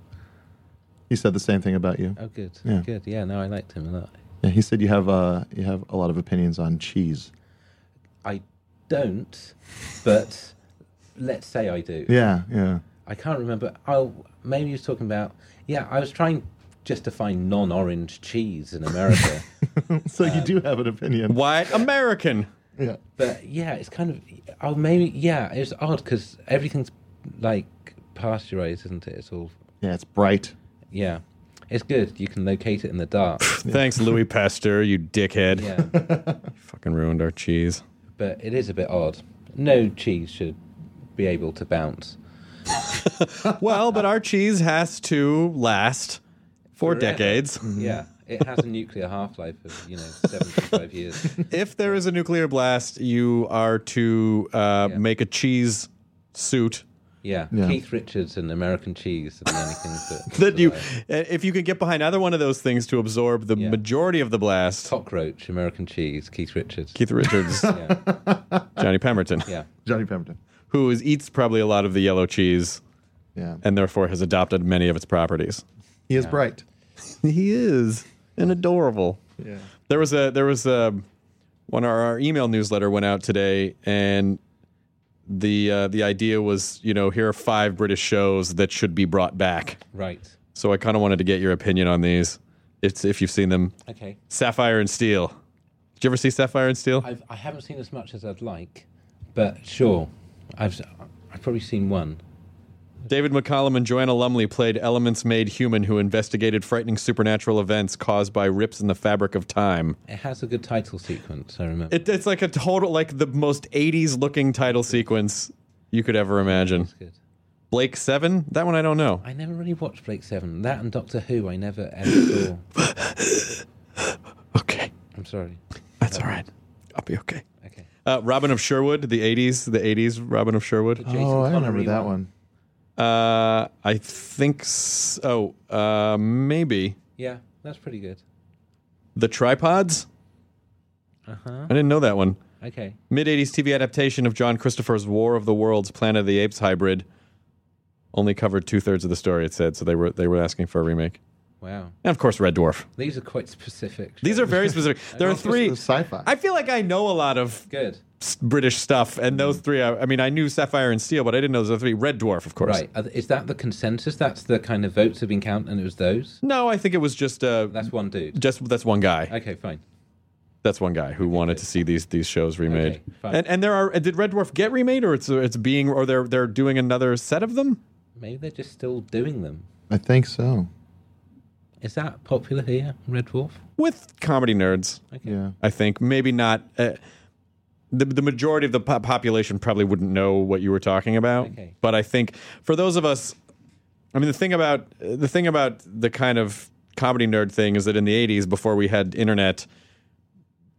Speaker 7: He said the same thing about you.
Speaker 6: Oh, good.
Speaker 7: Yeah.
Speaker 6: Good. Yeah. No, I liked him a lot.
Speaker 7: Yeah, he said you have uh you have a lot of opinions on cheese.
Speaker 6: I don't, but let's say I do.
Speaker 7: Yeah, yeah. [LAUGHS]
Speaker 6: I can't remember. Oh, maybe he was talking about. Yeah, I was trying just to find non-orange cheese in [LAUGHS] America.
Speaker 7: so you do have an opinion.
Speaker 2: White American.
Speaker 7: Yeah.
Speaker 6: But yeah, it's kind of. Oh, maybe yeah. It's odd because everything's like pasteurized, isn't it? It's all.
Speaker 7: Yeah, it's bright.
Speaker 6: Yeah, it's good. You can locate it in the dark.
Speaker 2: Thanks, Louis Pasteur, you dickhead.
Speaker 6: Yeah.
Speaker 2: Fucking ruined our cheese.
Speaker 6: but it is a bit odd. No cheese should be able to bounce.
Speaker 2: well, but our cheese has to last for
Speaker 6: Forever.
Speaker 2: decades.
Speaker 6: [LAUGHS] Yeah, it has a nuclear half-life of you know seventy-five years.
Speaker 2: if there is a nuclear blast, you are to uh, make a cheese suit
Speaker 6: Yeah.
Speaker 2: Yeah.
Speaker 6: Keith Richards and American cheese and anything that,
Speaker 2: that you, uh, if you can get behind either one of those things to absorb the majority of the blast.
Speaker 6: Oh. Cockroach, American cheese, Keith Richards.
Speaker 2: Keith Richards, Johnny Pemberton.
Speaker 6: Yeah.
Speaker 7: Johnny Pemberton.
Speaker 2: Who is, eats probably a lot of the yellow cheese.
Speaker 7: Yeah.
Speaker 2: And therefore has adopted many of its properties.
Speaker 7: He is bright.
Speaker 2: he is and adorable.
Speaker 7: Yeah.
Speaker 2: There was a there was a one our, our email newsletter went out today, and the uh, the idea was you know here are five British shows that should be brought back.
Speaker 6: Right.
Speaker 2: So I kind of wanted to get your opinion on these. It's if you've seen them.
Speaker 6: Okay.
Speaker 2: Sapphire and Steel. Did you ever see Sapphire and Steel?
Speaker 6: I've, I haven't seen as much as I'd like, but sure, I've I've probably seen one.
Speaker 2: David McCallum and Joanna Lumley played elements made human who investigated frightening supernatural events caused by rips in the fabric of time.
Speaker 6: It has a good title sequence. I remember.
Speaker 2: It, it's like a total, like the most 80s looking title sequence you could ever imagine. Blake 7? That one I don't know.
Speaker 6: I never really watched Blake Seven. That and Doctor Who, I never ever
Speaker 2: [COUGHS]
Speaker 6: saw.
Speaker 2: okay.
Speaker 6: I'm sorry.
Speaker 2: That's all right. I'll be okay. Okay. Uh, Robin of Sherwood, the 80s, the 80s Robin of Sherwood.
Speaker 7: oh, I remember that one.
Speaker 2: Uh, I think, s oh, uh, maybe.
Speaker 6: Yeah, that's pretty good.
Speaker 2: The Tripods?
Speaker 6: Uh huh.
Speaker 2: I didn't know that one.
Speaker 6: Okay.
Speaker 2: Mid 80s TV adaptation of John Christopher's War of the Worlds Planet of the Apes hybrid. Only covered two thirds of the story, it said, so they were they were asking for a remake.
Speaker 6: Wow.
Speaker 2: And of course, Red Dwarf.
Speaker 6: These are quite specific.
Speaker 2: These are very
Speaker 6: [LAUGHS]
Speaker 2: specific. There are three
Speaker 7: sci-fi.
Speaker 2: I feel like I know a lot of
Speaker 6: good
Speaker 2: British stuff, and those
Speaker 6: Mm-hmm.
Speaker 2: three. I, I mean, I knew Sapphire and Steel, but I didn't know those other three. Red Dwarf, of course.
Speaker 6: Right. Are th- Is that the consensus? That's the kind of votes have been counted, and it was those.
Speaker 2: No, I think it was just. Uh,
Speaker 6: that's one dude.
Speaker 2: Just that's one guy.
Speaker 6: Okay, fine.
Speaker 2: That's one guy who wanted to see these these shows remade.
Speaker 6: fine.
Speaker 2: and and there are did Red Dwarf get remade or it's it's being or they're they're doing another set of them?
Speaker 6: Maybe they're just still doing them.
Speaker 7: I think so.
Speaker 6: Is that popular here, Red Dwarf?
Speaker 2: with comedy nerds.
Speaker 7: Yeah.
Speaker 2: I think maybe not. Uh, the, the majority of the po- population probably wouldn't know what you were talking about.
Speaker 6: Okay.
Speaker 2: But I think for those of us, I mean, the thing about the thing about the kind of comedy nerd thing is that in the '80s, before we had internet,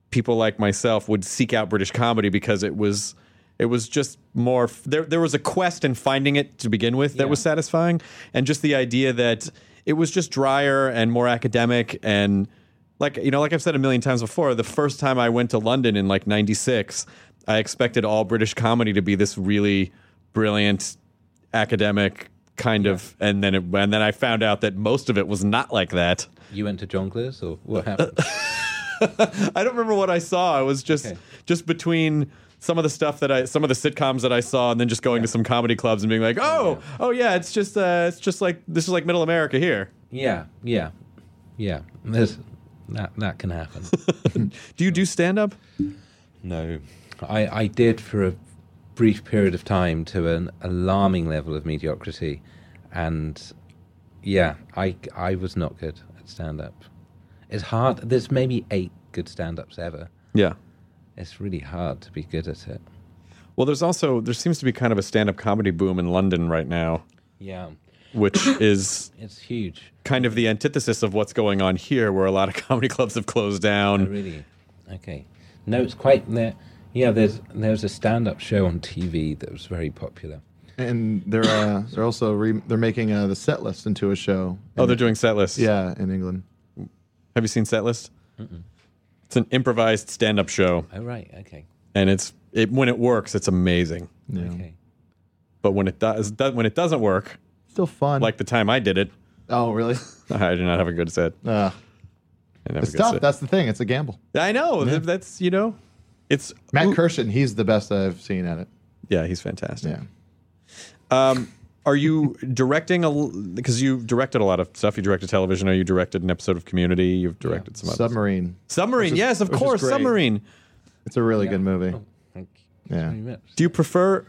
Speaker 2: people like myself would seek out British comedy because it was it was just more f- there there was a quest in finding it to begin with that was satisfying and just the idea that it was just drier and more academic and like you know like I've said a million times before the first time I went to London in like 96 I expected all British comedy to be this really brilliant academic kind of and then it, and then I found out that most of it was not like that
Speaker 6: You went to Jonglers, or what happened?
Speaker 2: I don't remember what I saw. I was just just between some of the stuff that I some of the sitcoms that I saw and then just going to some comedy clubs and being like, "Oh, oh yeah, it's just uh it's just like this is like middle America here."
Speaker 6: yeah, yeah, yeah. There's, that that can happen.
Speaker 2: do you do stand up?
Speaker 6: No, I I did for a brief period of time to an alarming level of mediocrity, and yeah, I I was not good at stand up. It's hard. There's maybe eight good stand ups ever.
Speaker 2: Yeah.
Speaker 6: It's really hard to be good at it.
Speaker 2: Well, there's also there seems to be kind of a stand-up comedy boom in London right now.
Speaker 6: Yeah.
Speaker 2: Which is
Speaker 6: It's huge.
Speaker 2: kind of the antithesis of what's going on here, where a lot of [LAUGHS] comedy clubs have closed down.
Speaker 6: really? Okay. No, it's quite there. Yeah, there's there's a stand up show on TV that was very popular.
Speaker 7: And they're
Speaker 6: [COUGHS]
Speaker 7: uh, they're also re- they're making uh, the set list into a show.
Speaker 2: Oh, they're doing set lists.
Speaker 7: Yeah, in England.
Speaker 2: Have you seen set list? It's an improvised stand-up show,
Speaker 6: Oh right, okay.
Speaker 2: and it's it when it works, it's amazing.
Speaker 7: Yeah.
Speaker 6: Okay.
Speaker 2: But when it does, do- when it doesn't work,
Speaker 7: Still fun.
Speaker 2: like the time I did it, [LAUGHS]
Speaker 7: oh,
Speaker 6: [LAUGHS]
Speaker 7: really?
Speaker 2: I did not have a good set.
Speaker 7: Uh,
Speaker 2: I never
Speaker 7: it's
Speaker 2: good
Speaker 7: tough.
Speaker 2: set.
Speaker 7: That's the thing. It's a gamble.
Speaker 2: I know. th- That's you know, it's
Speaker 7: Matt Kirshen, he's the best I've seen at it.
Speaker 2: yeah, he's fantastic.
Speaker 7: Yeah.
Speaker 2: Um, are you [LAUGHS] directing a? Because you directed a lot of stuff. You directed television. Or you directed an episode of Community. You've directed some others.
Speaker 7: Submarine.
Speaker 2: Submarine.
Speaker 7: Which is-
Speaker 2: yes, of
Speaker 7: which is
Speaker 2: course.
Speaker 7: great.
Speaker 2: Submarine.
Speaker 7: It's a really good movie.
Speaker 6: Thank you
Speaker 7: Yeah.
Speaker 6: very much.
Speaker 2: Do you prefer?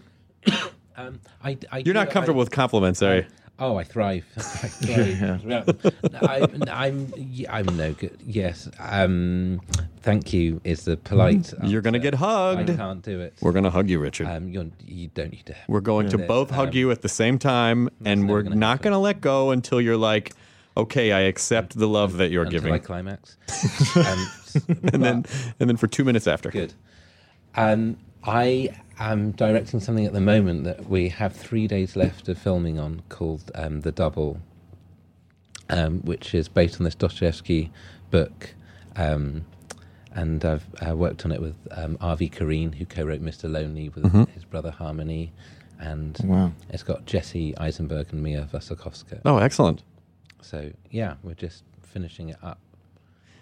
Speaker 6: Um, I, I
Speaker 2: You're not
Speaker 6: do- I-
Speaker 2: comfortable with compliments, are you?
Speaker 6: Oh, I thrive. [LAUGHS]
Speaker 2: [LAUGHS]
Speaker 6: I thrive. No, I'm, I'm, yeah, I'm no good. Yes. Um, thank you is the polite.
Speaker 2: Mm-hmm. You're gonna
Speaker 6: answer.
Speaker 2: get hugged.
Speaker 6: I can't do it.
Speaker 2: We're gonna hug you, Richard.
Speaker 6: Um, you're, you don't need to.
Speaker 2: we're going to
Speaker 6: This,
Speaker 2: both hug
Speaker 6: um,
Speaker 2: you at the same time, and
Speaker 6: never
Speaker 2: we're
Speaker 6: gonna
Speaker 2: not
Speaker 6: happen.
Speaker 2: gonna let go until you're like, okay, I accept the love that you're
Speaker 6: until
Speaker 2: giving, [LAUGHS]
Speaker 6: I climax. um,
Speaker 2: and then [LAUGHS] and then for two minutes after.
Speaker 6: good. Um, I am directing something at the moment that we have three days left of filming on called um, The Double, um, which is based on this Dostoevsky book. Um, and I've uh, worked on it with um, Arvi Kareen, who co wrote Mr. Lonely with
Speaker 2: Mm-hmm.
Speaker 6: his brother Harmony. And
Speaker 7: Wow.
Speaker 6: it's got Jesse Eisenberg and Mia Wasikowska.
Speaker 2: Oh, excellent.
Speaker 6: So, yeah, we're just finishing it up.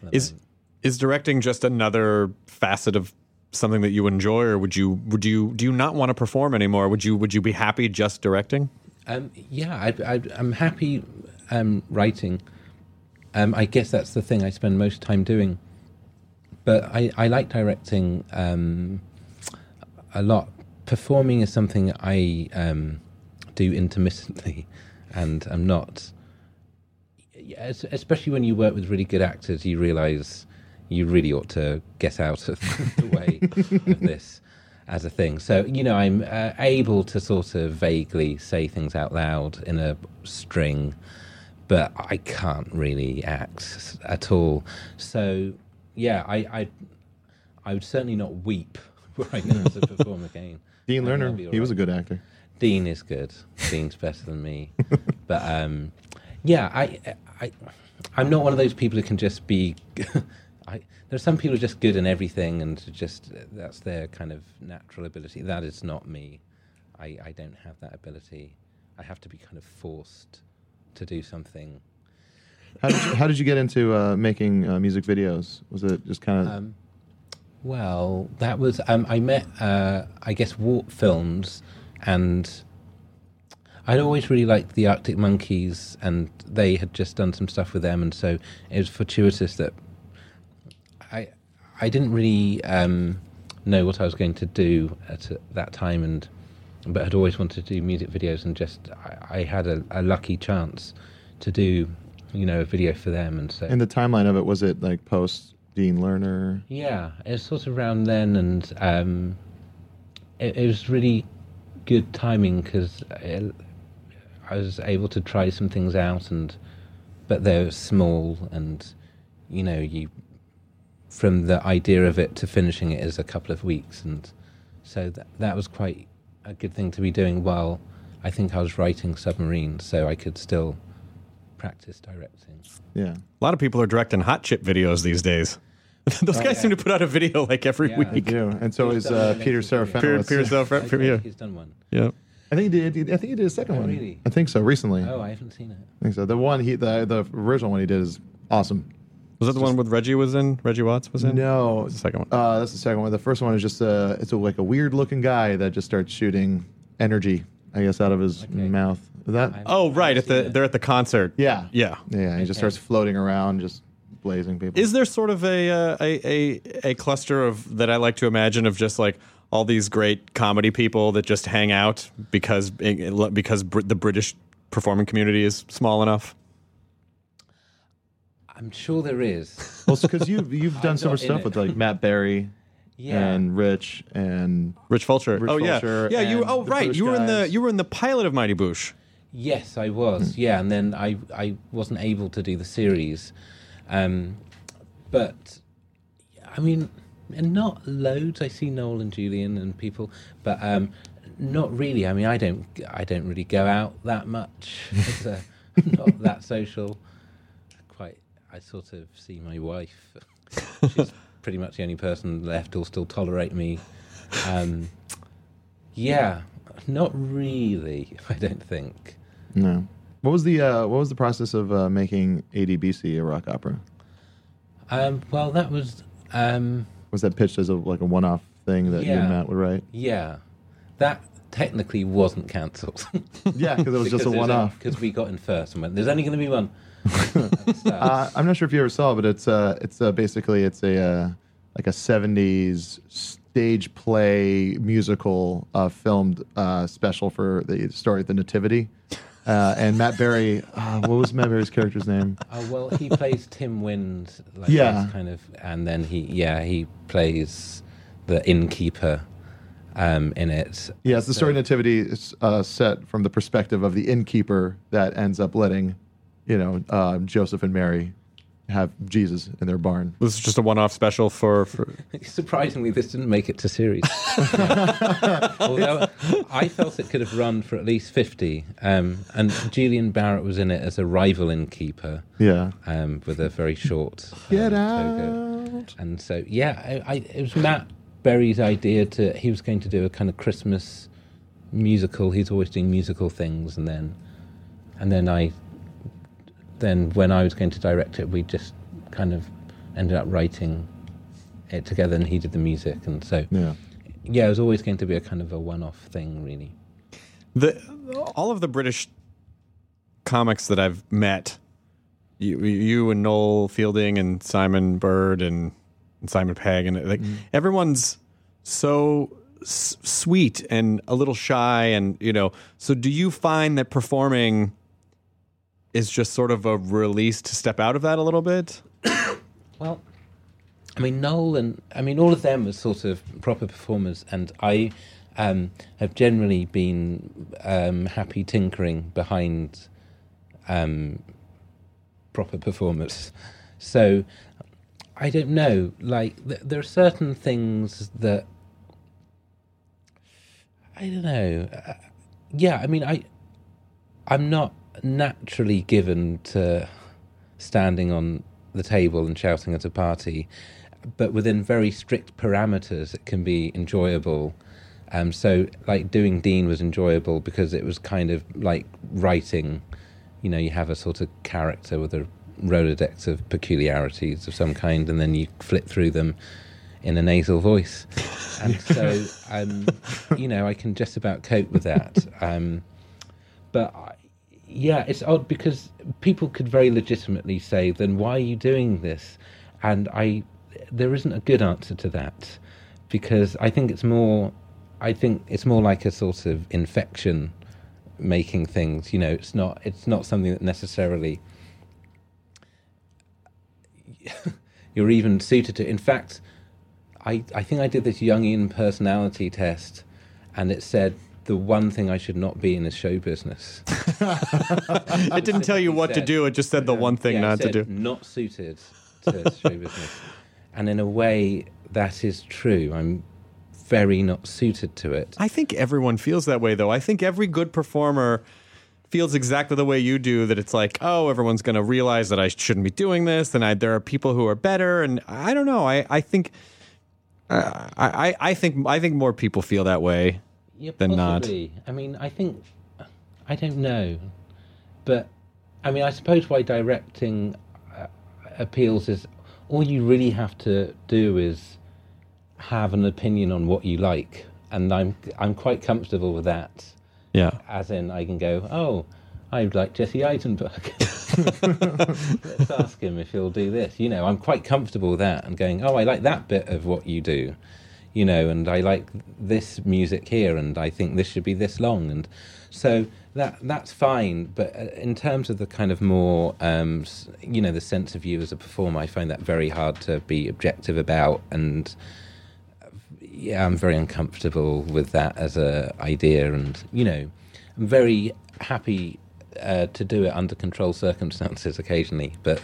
Speaker 6: at the
Speaker 2: Is
Speaker 6: moment.
Speaker 2: is directing just another facet of something that you enjoy, or would you would you do you not want to perform anymore? Would you would you be happy just directing?
Speaker 6: Um, yeah, I, I, I'm happy um, writing. Um, I guess that's the thing I spend most time doing. But I, I like directing um, a lot. Performing is something I um, do intermittently, and I'm not. yeah, es- Especially when you work with really good actors, you realize you really ought to get out of [LAUGHS] the way of this as a thing. So, you know, I'm uh, able to sort of vaguely say things out loud in a string, but I can't really act s- at all. So, yeah, I, I, I would certainly not weep [LAUGHS] were I going to perform again.
Speaker 7: Dean
Speaker 6: And that'd
Speaker 7: Lerner,
Speaker 6: be all
Speaker 7: he was a
Speaker 6: right.
Speaker 7: good actor.
Speaker 6: Dean is good. Dean's better than me. But um, yeah, I, I, I'm not one of those people who can just be. [LAUGHS] I, there are some people who are just good in everything and just that's their kind of natural ability. That is not me. I, I don't have that ability. I have to be kind of forced to do something.
Speaker 7: How did you, how did you get into uh, making uh, music videos? Was it just kind of
Speaker 6: Um, well, that was um, I met uh, I guess Warp Films, and I'd always really liked the Arctic Monkeys, and they had just done some stuff with them, and so it was fortuitous that I I didn't really um, know what I was going to do at that time, and but had always wanted to do music videos, and just I, I had a, a lucky chance to do you know a video for them, and so
Speaker 7: in the timeline of it? Was it like post Dean Lerner?
Speaker 6: yeah, it was sort of around then, and um, it, it was really good timing because I was able to try some things out, and but they were small, and you know, you from the idea of it to finishing it is a couple of weeks, and so that that was quite a good thing to be doing while I think I was writing Submarine, so I could still practice directing.
Speaker 7: Yeah.
Speaker 2: A lot of people are directing hot chip videos these days. [LAUGHS] Those guys seem to put out a video like every
Speaker 6: Oh, Yeah.
Speaker 7: They
Speaker 2: week.
Speaker 7: do. And so is uh, Peter Serafinowicz. [LAUGHS]
Speaker 2: Peter Serafinowicz.
Speaker 6: Okay,
Speaker 2: Yeah.
Speaker 6: he's done one.
Speaker 2: Yeah.
Speaker 7: I think he did. I think he did a second
Speaker 6: Oh,
Speaker 7: one.
Speaker 6: really?
Speaker 7: I think so. Recently,
Speaker 6: Oh, I haven't seen it.
Speaker 7: I think so. The one he the the original one he did is awesome.
Speaker 2: Was that the one with Reggie was in? Reggie Watts was in?
Speaker 7: No,
Speaker 2: That's the second one.
Speaker 7: Uh, that's the second one. The first one is just uh, it's a, like a weird looking guy that just starts shooting energy, I guess, out of his
Speaker 6: Okay.
Speaker 7: mouth. Is that
Speaker 6: I-
Speaker 2: Oh, right. At
Speaker 6: I've
Speaker 2: the
Speaker 6: seen it.
Speaker 2: they're at the concert.
Speaker 7: yeah,
Speaker 2: Yeah.
Speaker 7: yeah. He just
Speaker 6: Okay.
Speaker 7: starts floating around, just blazing people.
Speaker 2: Is there sort of a, uh, a a a cluster of that I like to imagine of just like eh, all these great comedy people that just hang out because because Br- the British performing community is small enough?
Speaker 6: I'm sure
Speaker 7: [LAUGHS]
Speaker 6: there is.
Speaker 7: Well, because you've
Speaker 6: [LAUGHS]
Speaker 7: you've done
Speaker 6: I'm
Speaker 7: so
Speaker 6: not
Speaker 7: much
Speaker 6: in
Speaker 7: stuff
Speaker 6: it.
Speaker 7: with like Matt Berry,
Speaker 6: Yeah.
Speaker 7: and Rich and
Speaker 2: Rich Fulcher.
Speaker 7: Rich
Speaker 2: oh yeah,
Speaker 7: Fulcher
Speaker 2: yeah. You
Speaker 7: and
Speaker 2: oh
Speaker 7: the
Speaker 2: right,
Speaker 7: Boosh
Speaker 2: you were in the
Speaker 7: guys.
Speaker 2: you were in the pilot of Mighty Boosh.
Speaker 6: Yes, I was. Yeah, and then I I wasn't able to do the series, um, but I mean, and not loads. I see Noel and Julian and people, but um, not really. I mean, I don't I don't really go out that much. It's, uh, not that social. Quite. I sort of see my wife. She's pretty much the only person left who'll still tolerate me. Um, yeah, not really. [LAUGHS] I don't think.
Speaker 7: No. What was the uh, what was the process of uh, making ADBC a rock opera?
Speaker 6: Um, well, that was um,
Speaker 7: Was that pitched as a like a one off thing that you
Speaker 6: Yeah.
Speaker 7: and Matt would write?
Speaker 6: yeah. That technically wasn't cancelled.
Speaker 7: [LAUGHS]
Speaker 6: [LAUGHS]
Speaker 7: Yeah, 'cause it was just a one-off.
Speaker 6: Because we got in first and went, "There's only going to be one."
Speaker 7: Uh, I'm not sure if you ever saw, but it's uh, it's uh, basically it's a uh, like a '70s stage play musical uh, filmed uh, special for the story of the Nativity. Uh, and Matt Berry, uh, what was Matt Berry's character's name?
Speaker 6: Oh well,
Speaker 7: [LAUGHS]
Speaker 6: he plays Tim Wind, like
Speaker 7: Yeah.
Speaker 6: this kind of, and then he, yeah, he plays the innkeeper um, in it. [LAUGHS]
Speaker 7: Yeah, it's the story of Nativity is uh, set from the perspective of the innkeeper that ends up letting, you know, uh, Joseph and Mary have Jesus in their barn.
Speaker 2: This is just a one-off special for. for
Speaker 6: Surprisingly, this didn't make it
Speaker 7: [LAUGHS]
Speaker 6: to series. Although I felt it could have run for at least 50. Um, and Julian Barrett was in it as a rival innkeeper.
Speaker 7: Yeah.
Speaker 6: Um, with a very short.
Speaker 7: Get
Speaker 6: out. And so, yeah, I, I, it was Matt Berry's idea to, he was going to do a kind of Christmas musical. He's always doing musical things. And then, and then I, then when I was going to direct it, we just kind of ended up writing it together and he did the music. And so,
Speaker 7: Yeah.
Speaker 6: yeah, it was always going to be a kind of a one-off thing, really.
Speaker 2: The all of the British comics that I've met, you, you and Noel Fielding and Simon Bird and, and Simon Pegg and like everyone's so s- sweet and a little shy and you know. So do you find that performing is just sort of a release to step out of that a little bit?
Speaker 6: Well, I mean, Noel and I mean, all of them were sort of proper performers, and I um, have generally been um, happy tinkering behind um, proper performers. [LAUGHS] So I don't know. Like, th- there are certain things that I don't know. Uh, yeah, I mean, I I'm not naturally given to standing on the table and shouting at a party, but within very strict parameters, it can be enjoyable. Um, so, like doing Dean was enjoyable because it was kind of like writing. You know, you have a sort of character with a rolodex of peculiarities of some kind, and then you flit through them in a nasal voice. And so, um, you know, I can just about cope with that. Um, but I, yeah, it's odd because people could very legitimately say, "Then why are you doing this?" And I, there isn't a good answer to that, because I think it's more, I think it's more like a sort of infection, making things. You know, it's not, it's not something that necessarily [LAUGHS] you're even suited to. In fact, I, I think I did this Jungian personality test, and it said the one thing I should not be in is show business.
Speaker 2: it didn't tell you what to
Speaker 6: said-
Speaker 2: do. It just said the one thing
Speaker 6: Yeah, it
Speaker 2: not to
Speaker 6: said
Speaker 2: do.
Speaker 6: Not suited
Speaker 2: [LAUGHS]
Speaker 6: to show business. And in a way, that is true. I'm very not suited to it.
Speaker 2: I think everyone feels that way, though. I think every good performer feels exactly the way you do that it's like, oh, everyone's going to realize that I shouldn't be doing this, and I, there are people who are better. And I don't know. I, I think. I, I, I think I think more people feel that way
Speaker 6: Yeah,
Speaker 2: than
Speaker 6: possibly. I mean, I think I don't know, but I mean, I suppose why directing uh, appeals is all you really have to do is have an opinion on what you like, and I'm I'm quite comfortable with that.
Speaker 2: Yeah.
Speaker 6: As in, I can go, oh, I'd like Jesse Eisenberg. [LAUGHS] Let's ask him if he'll do this. You know, I'm quite comfortable with that and going, oh, I like that bit of what you do, you know, and I like this music here, and I think this should be this long. And so that that's fine. But uh, in terms of the kind of more, um, s- you know, the sense of you as a performer, I find that very hard to be objective about. And uh, yeah, I'm very uncomfortable with that as a idea. And you know, I'm very happy uh, to do it under controlled circumstances occasionally, but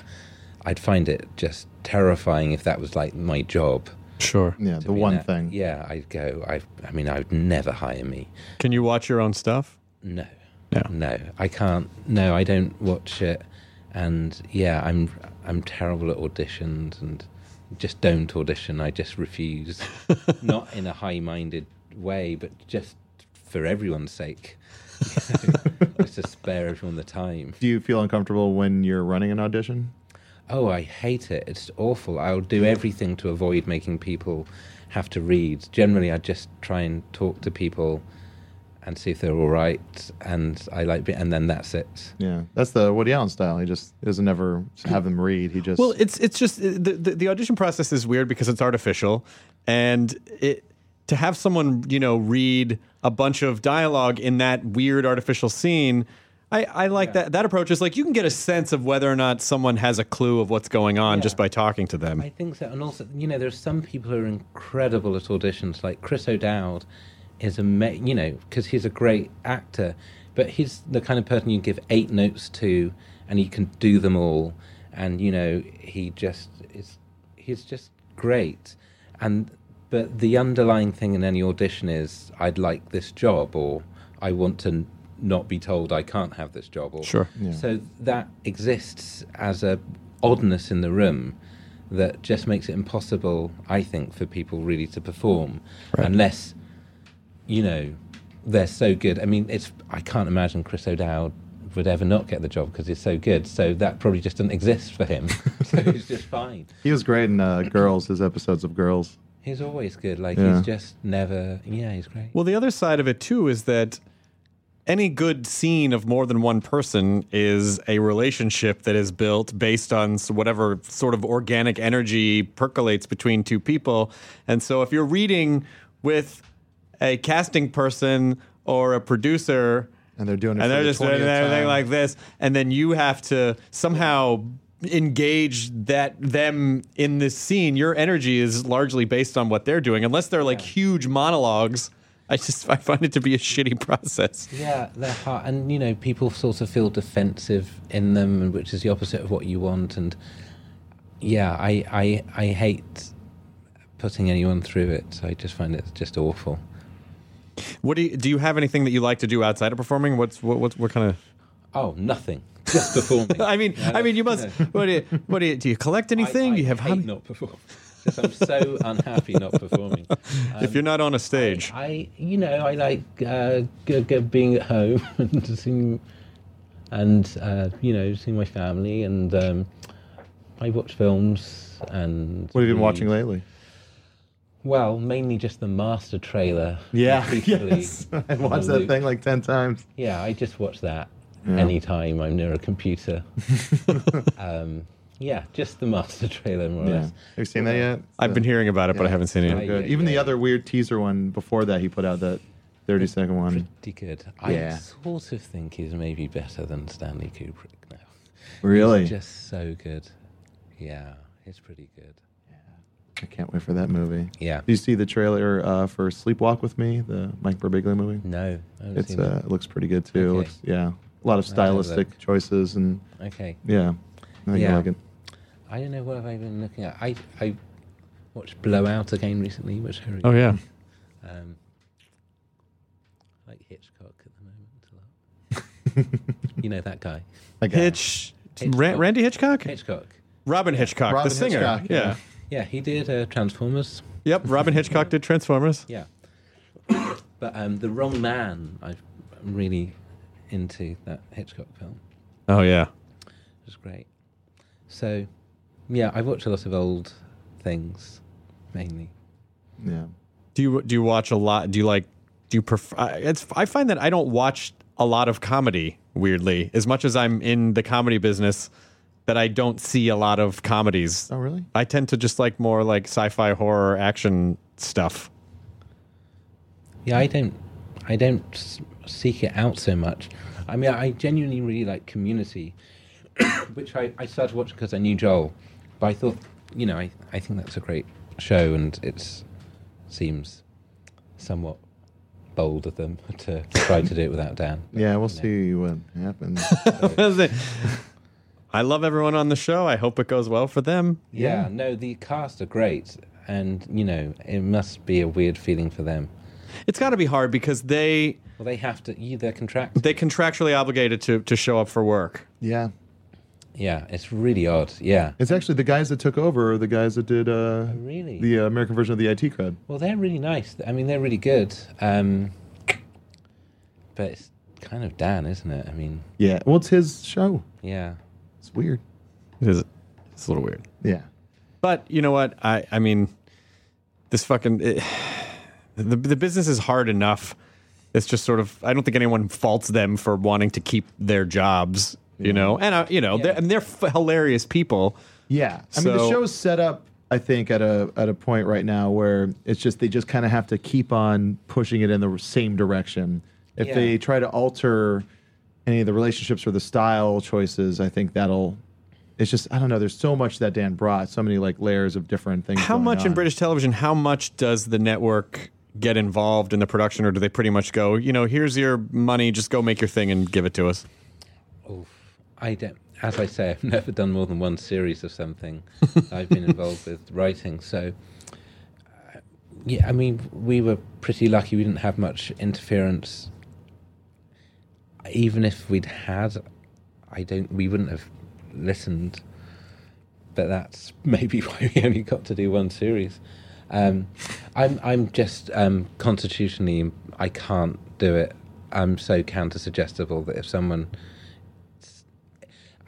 Speaker 6: I'd find it just terrifying if that was like my job.
Speaker 2: Sure.
Speaker 7: Yeah,
Speaker 6: the one thing. Yeah, I'd go. I, I mean, I would never hire me.
Speaker 2: Can you watch your own stuff?
Speaker 6: No. No. No, I can't. No, I don't watch it. And yeah, I'm I'm terrible at auditions and just don't audition. I just refuse. Not in a high-minded way, but just for everyone's sake. [LAUGHS] Let's just spare everyone the time.
Speaker 7: Do you feel uncomfortable when you're running an audition?
Speaker 6: Oh, I hate it. It's awful. I'll do everything to avoid making people have to read. Generally, I just try and talk to people and see if they're all right, and I like, be- and then that's it.
Speaker 7: Yeah, that's the Woody Allen style. He just doesn't ever have them read. He just
Speaker 2: Well, it's it's just uh, the, the the audition process is weird because it's artificial, and it to have someone you know read a bunch of dialogue in that weird artificial scene. I, I like that that approach is like you can get a sense of whether or not someone has a clue of what's going on just by talking to them.
Speaker 6: I think so. And also, you know, there are some people who are incredible at auditions. Like Chris O'Dowd is a, you know, because he's a great actor, but he's the kind of person you give eight notes to, and he can do them all. And you know, he just is, he's just great. And but the underlying thing in any audition is, I'd like this job, or I want to n- not be told I can't have this job, or
Speaker 2: Sure. Yeah.
Speaker 6: so that exists as a oddness in the room that just makes it impossible, I think, for people really to perform unless you know they're so good. I mean, it's I can't imagine Chris O'Dowd would ever not get the job because he's so good. So that probably just doesn't exist for him. [LAUGHS] so he's just fine.
Speaker 7: he was great in uh, Girls, his episodes of Girls.
Speaker 6: He's always good. Like
Speaker 7: Yeah.
Speaker 6: he's just never. Yeah, he's great.
Speaker 2: Well, the other side of it too is that any good scene of more than one person is a relationship that is built based on s- whatever sort of organic energy percolates between two people. And so if you're reading with a casting person or a producer
Speaker 7: and they're doing
Speaker 2: and they're
Speaker 7: for the
Speaker 2: just doing
Speaker 7: 20th
Speaker 2: everything
Speaker 7: time.
Speaker 2: like this and then you have to somehow engage that them in this scene your energy is largely based on what they're doing unless they're like huge monologues i just i find it to be a shitty process
Speaker 6: Yeah, they're hard, and you know, people sort of feel defensive in them, which is the opposite of what you want. And yeah, I I I hate putting anyone through it. I just find it just awful.
Speaker 2: what do you do you have anything that you like to do outside of performing what's what what, what kind of
Speaker 6: Oh, nothing.
Speaker 2: [LAUGHS]
Speaker 6: Just performing.
Speaker 2: i mean i mean you [LAUGHS] must what do you what do you do you collect anything do you have
Speaker 6: hate not perform. Just I'm so unhappy not performing.
Speaker 2: [LAUGHS] if you're not on a stage
Speaker 6: I you know I like uh, g- g- being at home [LAUGHS] and seeing and uh, you know seeing my family and um, I watch films and
Speaker 7: What have you been
Speaker 6: read.
Speaker 7: watching lately?
Speaker 6: Well, mainly just the master trailer.
Speaker 7: [LAUGHS]
Speaker 6: [LAUGHS] repeatedly
Speaker 7: yes. I
Speaker 6: on a
Speaker 7: watched that
Speaker 6: loop.
Speaker 7: thing like ten times.
Speaker 6: Yeah, I just watch that
Speaker 7: Yeah.
Speaker 6: anytime I'm near a
Speaker 7: [LAUGHS]
Speaker 6: computer. um, yeah, just the master trailer more or
Speaker 7: Yeah.
Speaker 6: less.
Speaker 7: Have you seen that yet?
Speaker 2: I've been hearing about it, but I haven't seen it
Speaker 7: So
Speaker 2: yet.
Speaker 7: Good.
Speaker 6: uh, Yeah,
Speaker 7: Even the other weird teaser one before that, he put out that 30 second one.
Speaker 6: Pretty good. I
Speaker 7: Yeah.
Speaker 6: sort of think he's maybe better than Stanley Kubrick now.
Speaker 7: Really?
Speaker 6: He's just so good. Yeah, he's pretty good.
Speaker 7: I can't wait for that movie.
Speaker 6: Yeah.
Speaker 7: Do you see the trailer uh, for Sleepwalk with Me, the Mike Birbiglia movie?
Speaker 6: No, I haven't
Speaker 7: it's
Speaker 6: seen
Speaker 7: uh,
Speaker 6: it.
Speaker 7: it looks pretty good too. It
Speaker 6: Okay.
Speaker 7: Looks, yeah, a lot of
Speaker 6: I'll have a
Speaker 7: stylistic
Speaker 6: look.
Speaker 7: choices and
Speaker 6: Okay.
Speaker 7: yeah, I think
Speaker 6: Yeah.
Speaker 7: you like it.
Speaker 6: I don't know what have I been looking at. I I watched Blowout again recently, which I really
Speaker 2: Oh, yeah.
Speaker 6: Um, I like Hitchcock at the moment a lot. you know that guy.
Speaker 2: hitch Ran- randy hitchcock
Speaker 6: Hitchcock.
Speaker 2: robin hitchcock
Speaker 6: Robin
Speaker 2: the singer
Speaker 6: Hitchcock,
Speaker 2: yeah.
Speaker 6: Yeah, he did uh, Transformers.
Speaker 2: yep robin hitchcock did transformers
Speaker 6: Yeah. but um, The Wrong Man, I, I'm really into that Hitchcock film.
Speaker 2: oh yeah
Speaker 6: It was great. So, yeah, I watch a lot of old things, mainly.
Speaker 7: Yeah.
Speaker 2: Do you do you watch a lot? Do you like? Do you prefer? I- It's I find that I don't watch a lot of comedy. Weirdly, as much as I'm in the comedy business, that I don't see a lot of comedies.
Speaker 7: Oh really?
Speaker 2: I tend to just like more like sci-fi, horror, action stuff. [LAUGHS]
Speaker 6: Yeah, I don't, I don't s- seek it out so much. I mean, I genuinely really like Community, [COUGHS] which I, I started watching because I knew Joel, but I thought, you know, I, I think that's a great show, and it's seems somewhat bold of them [LAUGHS] to try to do it without Dan.
Speaker 7: Yeah, we'll see what
Speaker 2: [LAUGHS]
Speaker 7: happens.
Speaker 2: I love everyone on the show. I hope it goes well for them.
Speaker 6: Yeah, no, the cast are great, and you know, it must be a weird feeling for them.
Speaker 2: It's got to be hard because they
Speaker 6: well, they have to. You, they're contract.
Speaker 2: They contractually obligated to to show up for work.
Speaker 7: yeah.
Speaker 6: Yeah, it's really odd. Yeah.
Speaker 7: It's actually the guys that took over are the guys that did
Speaker 2: Oh,
Speaker 7: uh,
Speaker 6: really?
Speaker 7: the uh, American version of the IT crowd.
Speaker 6: Well, they're really nice. I mean, they're really good. Um, but it's kind of Dan, isn't it? I mean,
Speaker 7: Yeah. Well, it's his show.
Speaker 6: yeah.
Speaker 7: It's weird.
Speaker 2: It is, it's a little weird.
Speaker 7: Yeah.
Speaker 2: But you know what? I I mean, this fucking it, the the business is hard enough. It's just sort of I don't think anyone faults them for wanting to keep their jobs. You know, and I, you know, they're, and they're f- hilarious people.
Speaker 7: Yeah. I mean, the
Speaker 2: So-
Speaker 7: show's set up, I think, at a at a point right now where it's just they just kind of have to keep on pushing it in the same direction. If
Speaker 6: Yeah.
Speaker 7: they try to alter any of the relationships or the style choices, I think that'll. It's just I don't know. There's so much that Dan brought, so many like layers of different things.
Speaker 2: How
Speaker 7: going
Speaker 2: much in
Speaker 7: on.
Speaker 2: British television? How much does the network get involved in the production, or do they pretty much go, you know, here's your money, just go make your thing and give it to us?
Speaker 6: I don't. As I say, I've [LAUGHS] never done more than one series of something that I've been involved with writing. So, uh, yeah, I mean, we were pretty lucky. We didn't have much interference. Even if we'd had, I don't. We wouldn't have listened. But that's [LAUGHS] maybe why we only got to do one series. Um, I'm I'm just um, constitutionally I can't do it. I'm so counter suggestible that if someone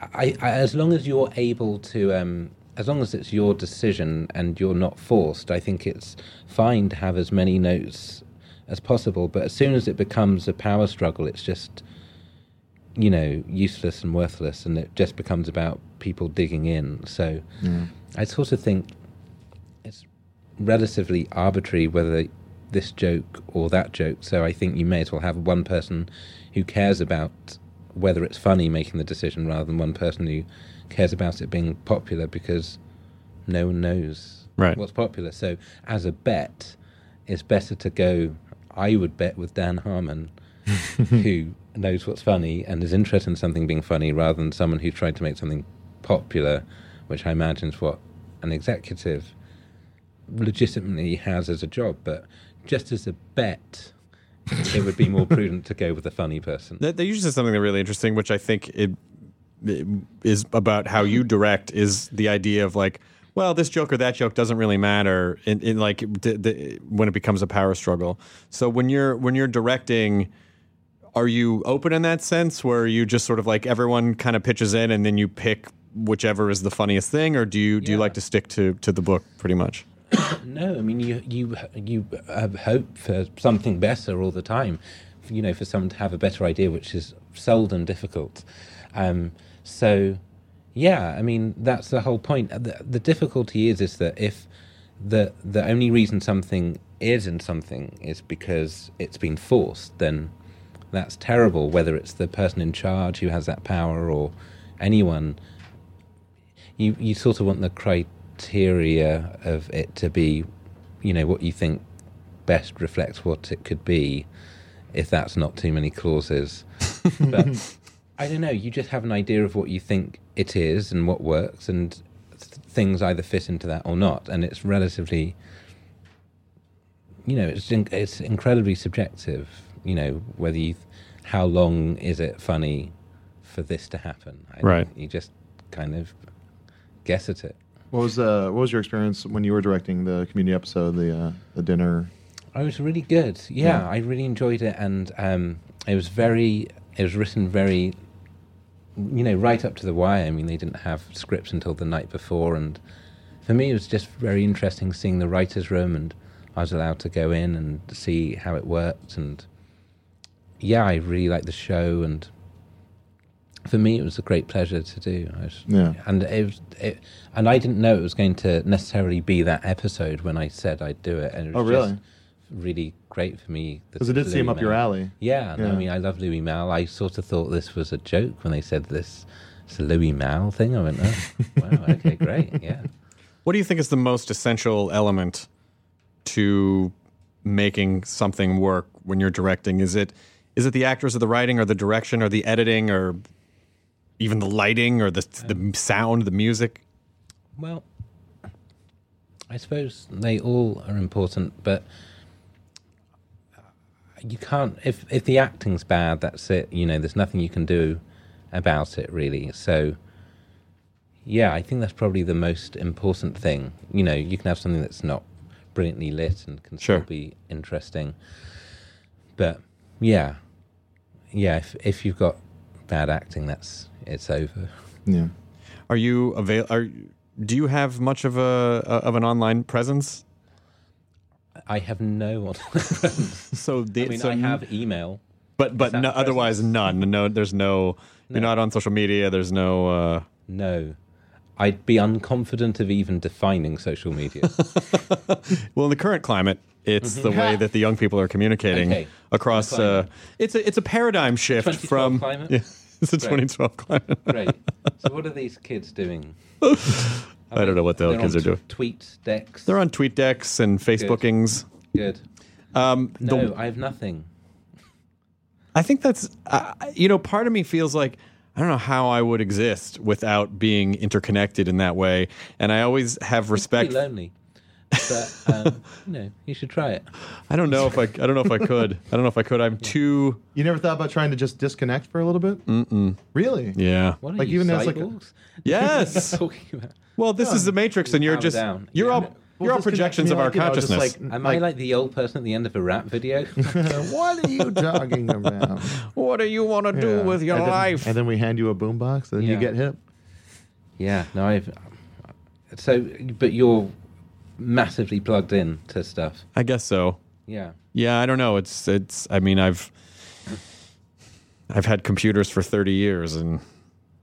Speaker 6: I, I, as long as you're able to, um, as long as it's your decision and you're not forced, I think it's fine to have as many notes as possible. But as soon as it becomes a power struggle, it's just, you know, useless and worthless, and it just becomes about people digging in. So I sort of think it's relatively arbitrary whether this joke or that joke. So I think you may as well have one person who cares about whether it's funny making the decision rather than one person who cares about it being popular because no one knows
Speaker 2: Right.
Speaker 6: what's popular. So as a bet, it's better to go. I would bet with Dan Harmon, who knows what's funny and is interested in something being funny, rather than someone who's trying to make something popular, which I imagine is what an executive legitimately has as a job, but just as a bet, it would be more prudent to go with a funny person.
Speaker 2: They, they usually say something that's really interesting, which I think it, it is about how you direct is the idea of like, well, this joke or that joke doesn't really matter in, in like d- d- when it becomes a power struggle. So when you're when you're directing, are you open in that sense where you just sort of like everyone kind of pitches in and then you pick whichever is the funniest thing, or do you do you like to stick to to the book pretty much?
Speaker 6: No, I mean you you you have hope for something better all the time, you know, for someone to have a better idea, which is seldom difficult. Um, so, yeah, I mean that's the whole point. The, the difficulty is is that if the the only reason something is in something is because it's been forced, then that's terrible. Whether it's the person in charge who has that power or anyone you you sort of want the criteria of it to be, you know, what you think best reflects what it could be, if that's not too many clauses. but I don't know. You just have an idea of what you think it is and what works, and th- things either fit into that or not. And it's relatively, you know, it's in, it's incredibly subjective. You know, whether you how long is it funny for this to happen? I,
Speaker 2: Right.
Speaker 6: You just kind of guess at it.
Speaker 7: What was uh, what was your experience when you were directing the community episode, the uh, the dinner?
Speaker 6: I was really good. Yeah,
Speaker 7: Yeah.
Speaker 6: I really enjoyed it, and um, it was very. It was written very, you know, right up to the wire. I mean, they didn't have scripts until the night before, and for me, it was just very interesting seeing the writers' room, and I was allowed to go in and see how it worked, and yeah, I really liked the show, and for me, it was a great pleasure to do. I was,
Speaker 7: Yeah.
Speaker 6: and it, was, it, and I didn't know it was going to necessarily be that episode when I said I'd do it, and it was
Speaker 7: Oh, really?
Speaker 6: just really great for me. that
Speaker 7: 'Cause it did
Speaker 6: Louis
Speaker 7: seem up your
Speaker 6: Malle-
Speaker 7: alley.
Speaker 6: Yeah, and I
Speaker 7: Yeah.
Speaker 6: mean, I love Louis Mal. I sort of thought this was a joke when they said this. It's a Louis Mal thing. I went, oh, wow, okay, great,
Speaker 7: [LAUGHS]
Speaker 6: yeah.
Speaker 2: What do you think is the most essential element to making something work when you're directing? Is it is it the actors or the writing or the direction or the editing or even the lighting or the the sound, the music?
Speaker 6: Well, I suppose they all are important, but you can't. If if the acting's bad, that's it. You know, there's nothing you can do about it really. So, yeah, I think that's probably the most important thing. You know, you can have something that's not brilliantly lit and can still be interesting, but yeah, yeah. If if you've got bad acting, that's it's over.
Speaker 7: Yeah.
Speaker 2: Are you avail? Are do you have much of a of an online
Speaker 6: [LAUGHS]
Speaker 2: presence?
Speaker 6: I have no [LAUGHS] online presence.
Speaker 2: So the,
Speaker 6: I mean,
Speaker 2: so
Speaker 6: I
Speaker 2: n-
Speaker 6: have email.
Speaker 2: But but no, otherwise none. No, there's no, You're not on social media. There's no. Uh...
Speaker 6: No, I'd be unconfident of even defining social
Speaker 2: [LAUGHS]
Speaker 6: media.
Speaker 2: Well, in the current climate, it's
Speaker 7: Mm-hmm.
Speaker 6: Mhm.
Speaker 2: the way that the young people are communicating
Speaker 6: Okay.
Speaker 2: across.
Speaker 6: The
Speaker 2: Uh, it's a it's a paradigm shift
Speaker 6: 2012
Speaker 2: from. [LAUGHS]
Speaker 6: climate?
Speaker 2: Yeah, it's a
Speaker 6: Great.
Speaker 2: 2012 climate.
Speaker 6: Great. So what are these kids doing?
Speaker 2: [LAUGHS] I don't know what the hell
Speaker 6: They're
Speaker 2: kids
Speaker 6: on
Speaker 2: are doing.
Speaker 6: Tweet decks.
Speaker 2: They're on tweet decks and Facebookings.
Speaker 6: Good.
Speaker 2: Um, the-
Speaker 6: No, I have nothing.
Speaker 2: I think that's, uh, you know, part of me feels like I don't know how I would exist without being interconnected in that way. And I always have respect.
Speaker 6: Pretty lonely. But um, you know, you should try it.
Speaker 2: I don't know if I, I don't know if I
Speaker 7: [LAUGHS]
Speaker 2: could. I don't know if I could. I'm too.
Speaker 7: You never thought about trying to just disconnect for a little bit? Mm-mm. Really?
Speaker 2: Yeah.
Speaker 6: What are
Speaker 7: Like
Speaker 6: you,
Speaker 7: even as like a-
Speaker 6: cyborgs?
Speaker 2: [LAUGHS] Yes.
Speaker 6: [LAUGHS] Talking
Speaker 2: [LAUGHS]
Speaker 6: about-
Speaker 2: Well, this is the Matrix, and you're
Speaker 6: Calm
Speaker 2: just
Speaker 6: down.
Speaker 2: you're all you're all
Speaker 7: just connect
Speaker 2: projections
Speaker 7: me,
Speaker 2: of our
Speaker 7: like, you know, just
Speaker 2: consciousness.
Speaker 7: like-
Speaker 6: Am I like the old person at the end of a rap
Speaker 2: [LAUGHS]
Speaker 6: video? [LAUGHS]
Speaker 7: what are you talking about?
Speaker 2: what do you want to
Speaker 7: Yeah. And then- And then we hand you a boombox, and then
Speaker 6: Yeah.
Speaker 7: you get hip.
Speaker 6: Yeah, no, I've. So, but you're massively plugged in to stuff.
Speaker 2: I guess so.
Speaker 6: Yeah.
Speaker 2: Yeah, I don't know. It's it's. I mean, I've I've had computers for thirty years and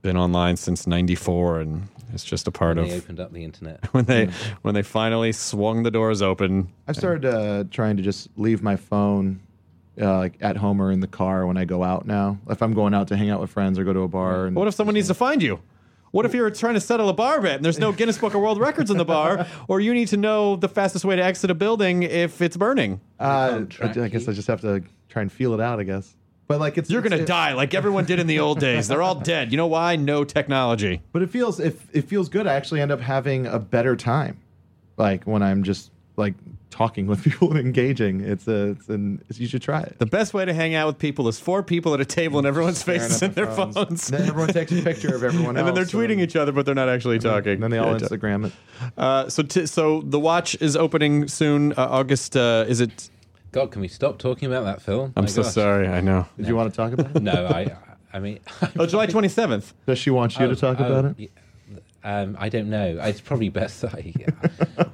Speaker 2: been online since '94, and it's just a part
Speaker 6: They
Speaker 2: of
Speaker 6: opened up the internet.
Speaker 2: [LAUGHS] when they when they finally swung the doors open.
Speaker 7: I've started uh, trying to just leave my phone uh, like at home or in the car when I go out now. If I'm going out to hang out with friends or go to a bar, and
Speaker 2: What if someone needs to find you? What if you're trying to settle a bar bet and there's no Guinness Book of World Records in the bar, or you need to know the fastest way to exit a building if it's burning?
Speaker 7: uh, I, I guess I just have to try and feel it out. I guess. But like it's
Speaker 2: You're gonna
Speaker 7: it's-
Speaker 2: die like everyone did in the old days. They're all dead. You know why? No technology.
Speaker 7: But it feels if it feels good. I actually end up having a better time, like when I'm just like talking with [LAUGHS] people and engaging. It's a it's an it's, you should try it.
Speaker 2: The best way to hang out with people is four people at a table and everyone's
Speaker 7: Mm, Staring
Speaker 2: faces
Speaker 7: at
Speaker 2: in their
Speaker 7: their
Speaker 2: phones.
Speaker 7: phones. Then everyone takes a picture of
Speaker 2: [LAUGHS]
Speaker 7: everyone
Speaker 2: and then they're
Speaker 7: else,
Speaker 2: tweeting each other, but they're not actually talking.
Speaker 7: Then they all
Speaker 2: Yeah, I t-
Speaker 7: Instagram it.
Speaker 2: Uh, so, t- so the watch is opening soon. Uh, August uh, is it?
Speaker 6: God, can we stop talking about that film?
Speaker 2: I'm
Speaker 6: My
Speaker 2: so
Speaker 6: gosh.
Speaker 2: sorry. I know.
Speaker 7: Did you want to talk about [LAUGHS] it?
Speaker 6: No, I.
Speaker 7: [LAUGHS]
Speaker 6: I mean,
Speaker 2: Oh, July 27th.
Speaker 7: Does she want you
Speaker 6: Oh,
Speaker 7: to talk
Speaker 6: oh,
Speaker 7: about it?
Speaker 6: y- Um, I don't know. It's probably best that I.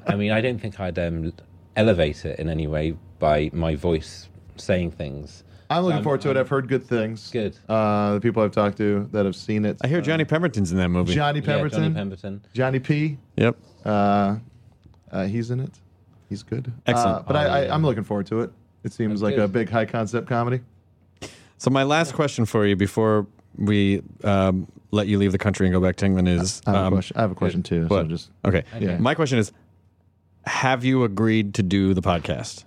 Speaker 6: I mean, I don't think I'd um, elevate it in any way by my voice saying things.
Speaker 7: I'm looking
Speaker 6: Um,
Speaker 7: forward to it. I've heard good things.
Speaker 6: Good.
Speaker 7: Uh, the people I've talked to that have seen it.
Speaker 2: I hear Johnny Pemberton's in that movie.
Speaker 7: Johnny Pemberton.
Speaker 6: Yeah, Johnny Pemberton.
Speaker 7: Johnny P.
Speaker 2: Yep.
Speaker 7: Uh, uh, he's in it. He's good.
Speaker 2: Excellent. Oh,
Speaker 7: Uh, but I, I, I'm looking forward to it. It seems like a
Speaker 6: good.
Speaker 7: big high concept comedy.
Speaker 2: So my last question for you before we um, let you leave the country and go back to England is
Speaker 7: I have
Speaker 2: um,
Speaker 7: a question. I have a question too.
Speaker 2: what?
Speaker 7: So just
Speaker 2: okay.
Speaker 7: Yeah.
Speaker 2: My question is, have you agreed to do the podcast?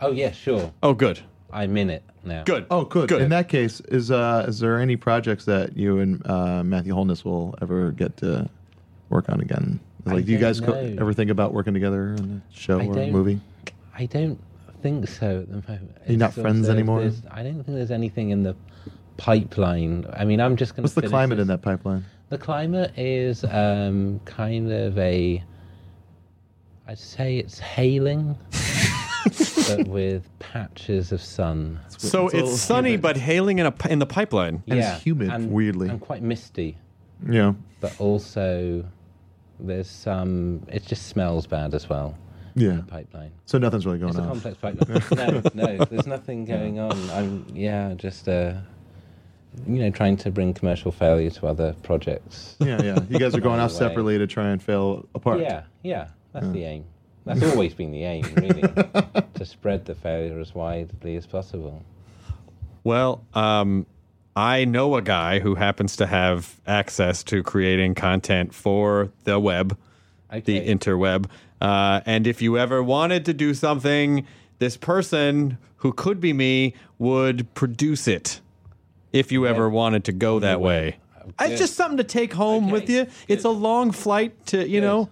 Speaker 6: Oh yeah, sure.
Speaker 2: Oh, good,
Speaker 6: I'm in it now.
Speaker 2: good.
Speaker 7: oh, good.
Speaker 2: Good.
Speaker 7: In that case, is uh, is there any projects that you and uh, Matthew Holness will ever get to work on again? Like, do you
Speaker 6: don't
Speaker 7: guys co-
Speaker 6: know.
Speaker 7: ever think about working together on a show
Speaker 6: I
Speaker 7: or a
Speaker 6: don't-
Speaker 7: movie?
Speaker 6: I don't think so at the moment.
Speaker 7: You're not
Speaker 6: It's
Speaker 7: friends
Speaker 6: also-
Speaker 7: anymore?
Speaker 6: there's- I don't think there's anything in the pipeline. I mean, I'm just going
Speaker 7: What's
Speaker 6: to.
Speaker 7: the climate in that pipeline?
Speaker 6: The climate is um, kind of a. I'd say
Speaker 7: [LAUGHS]
Speaker 6: it's hailing, but with patches of sun.
Speaker 2: So
Speaker 7: It's a
Speaker 2: it's,
Speaker 7: little
Speaker 2: sunny,
Speaker 7: humid.
Speaker 2: but hailing in a p- in the pipeline.
Speaker 7: And it's humid,
Speaker 6: and-
Speaker 7: weirdly.
Speaker 6: and quite misty,
Speaker 7: Yeah.
Speaker 6: but also there's some. It just smells bad as well.
Speaker 7: Yeah.
Speaker 6: Pipeline.
Speaker 7: So nothing's really going
Speaker 6: It's a
Speaker 7: on.
Speaker 6: complex
Speaker 7: [LAUGHS]
Speaker 6: pipeline. no, no, there's nothing going on. I'm yeah, just uh, you know, trying to bring commercial failure to other projects. [LAUGHS]
Speaker 7: Yeah, yeah. You guys are going off
Speaker 6: Way.
Speaker 7: separately to try and fail apart.
Speaker 2: Hmm.
Speaker 6: Yeah, yeah, that's the aim. That's always been the aim, really, [LAUGHS] to spread the failure as widely as possible.
Speaker 2: Well, um, I know a guy who happens to have access to creating content for the web, the interweb. Uh, and if you ever wanted to do something, this person who could be me would produce it if you ever wanted to go that way.
Speaker 6: Oh,
Speaker 2: It's just something to take home with you. It's a long flight to, you know.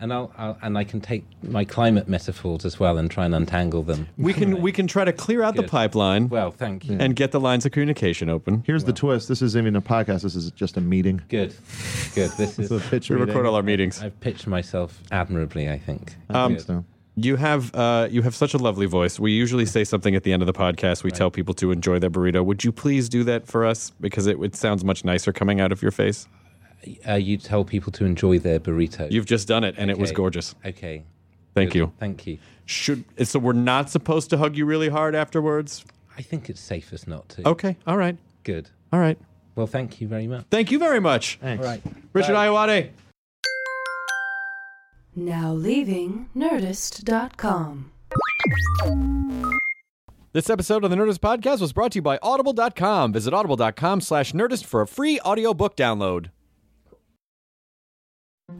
Speaker 6: And I'll, I'll and I can take my climate metaphors as well and try and untangle them.
Speaker 2: We can we can try to clear out the
Speaker 6: Good.
Speaker 2: pipeline.
Speaker 6: Well, thank you.
Speaker 2: Hmm. And get the lines of communication open.
Speaker 7: Here's the twist. This isn't even a podcast. This is just a meeting.
Speaker 6: Good, good. This
Speaker 7: It's
Speaker 6: is
Speaker 7: a
Speaker 2: [LAUGHS]
Speaker 7: pitch
Speaker 2: We
Speaker 7: meeting.
Speaker 2: record all our meetings.
Speaker 6: I've pitched myself admirably, I think.
Speaker 2: Um,
Speaker 6: Good.
Speaker 2: You have uh, you have such a lovely voice. We usually say something at the end of the podcast. We tell people to enjoy their burrito. Would you please do that for us? Because it, it sounds much nicer coming out of your face.
Speaker 6: uh, you tell people to enjoy their burrito.
Speaker 2: You've just done it, and it was
Speaker 6: Okay.
Speaker 2: gorgeous.
Speaker 6: Okay.
Speaker 2: Thank
Speaker 6: Good.
Speaker 2: you.
Speaker 6: Thank you.
Speaker 2: Should so we're not supposed to hug you really hard afterwards.
Speaker 6: I think it's safest not to.
Speaker 2: Okay. All right.
Speaker 6: Good.
Speaker 2: All right.
Speaker 6: Well, thank you very much.
Speaker 2: Thank you very much.
Speaker 7: Thanks.
Speaker 6: All right.
Speaker 2: Richard Iowade.
Speaker 5: Now leaving Nerdist.com.
Speaker 2: This episode of the Nerdist Podcast was brought to you by Audible.com. Visit audible.com slash nerdist for a free audiobook download.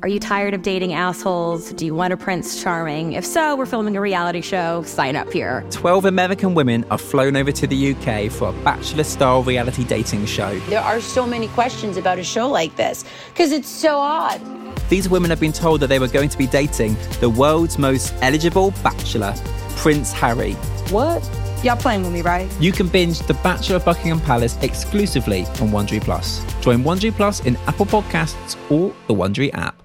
Speaker 8: Are you tired of dating assholes? Do you want a Prince Charming? If so, we're filming a reality show. Sign up here.
Speaker 9: 12 American women are flown over to the UK for a bachelor style reality dating show.
Speaker 10: There are so many questions about a show like this because it's so odd.
Speaker 9: These women have been told that they were going to be dating the world's most eligible bachelor, Prince Harry.
Speaker 11: What? Y'all playing with me, right?
Speaker 9: You can binge The Bachelor of Buckingham Palace exclusively on Wondery Plus. Join Wondery Plus in Apple Podcasts or the Wondery app.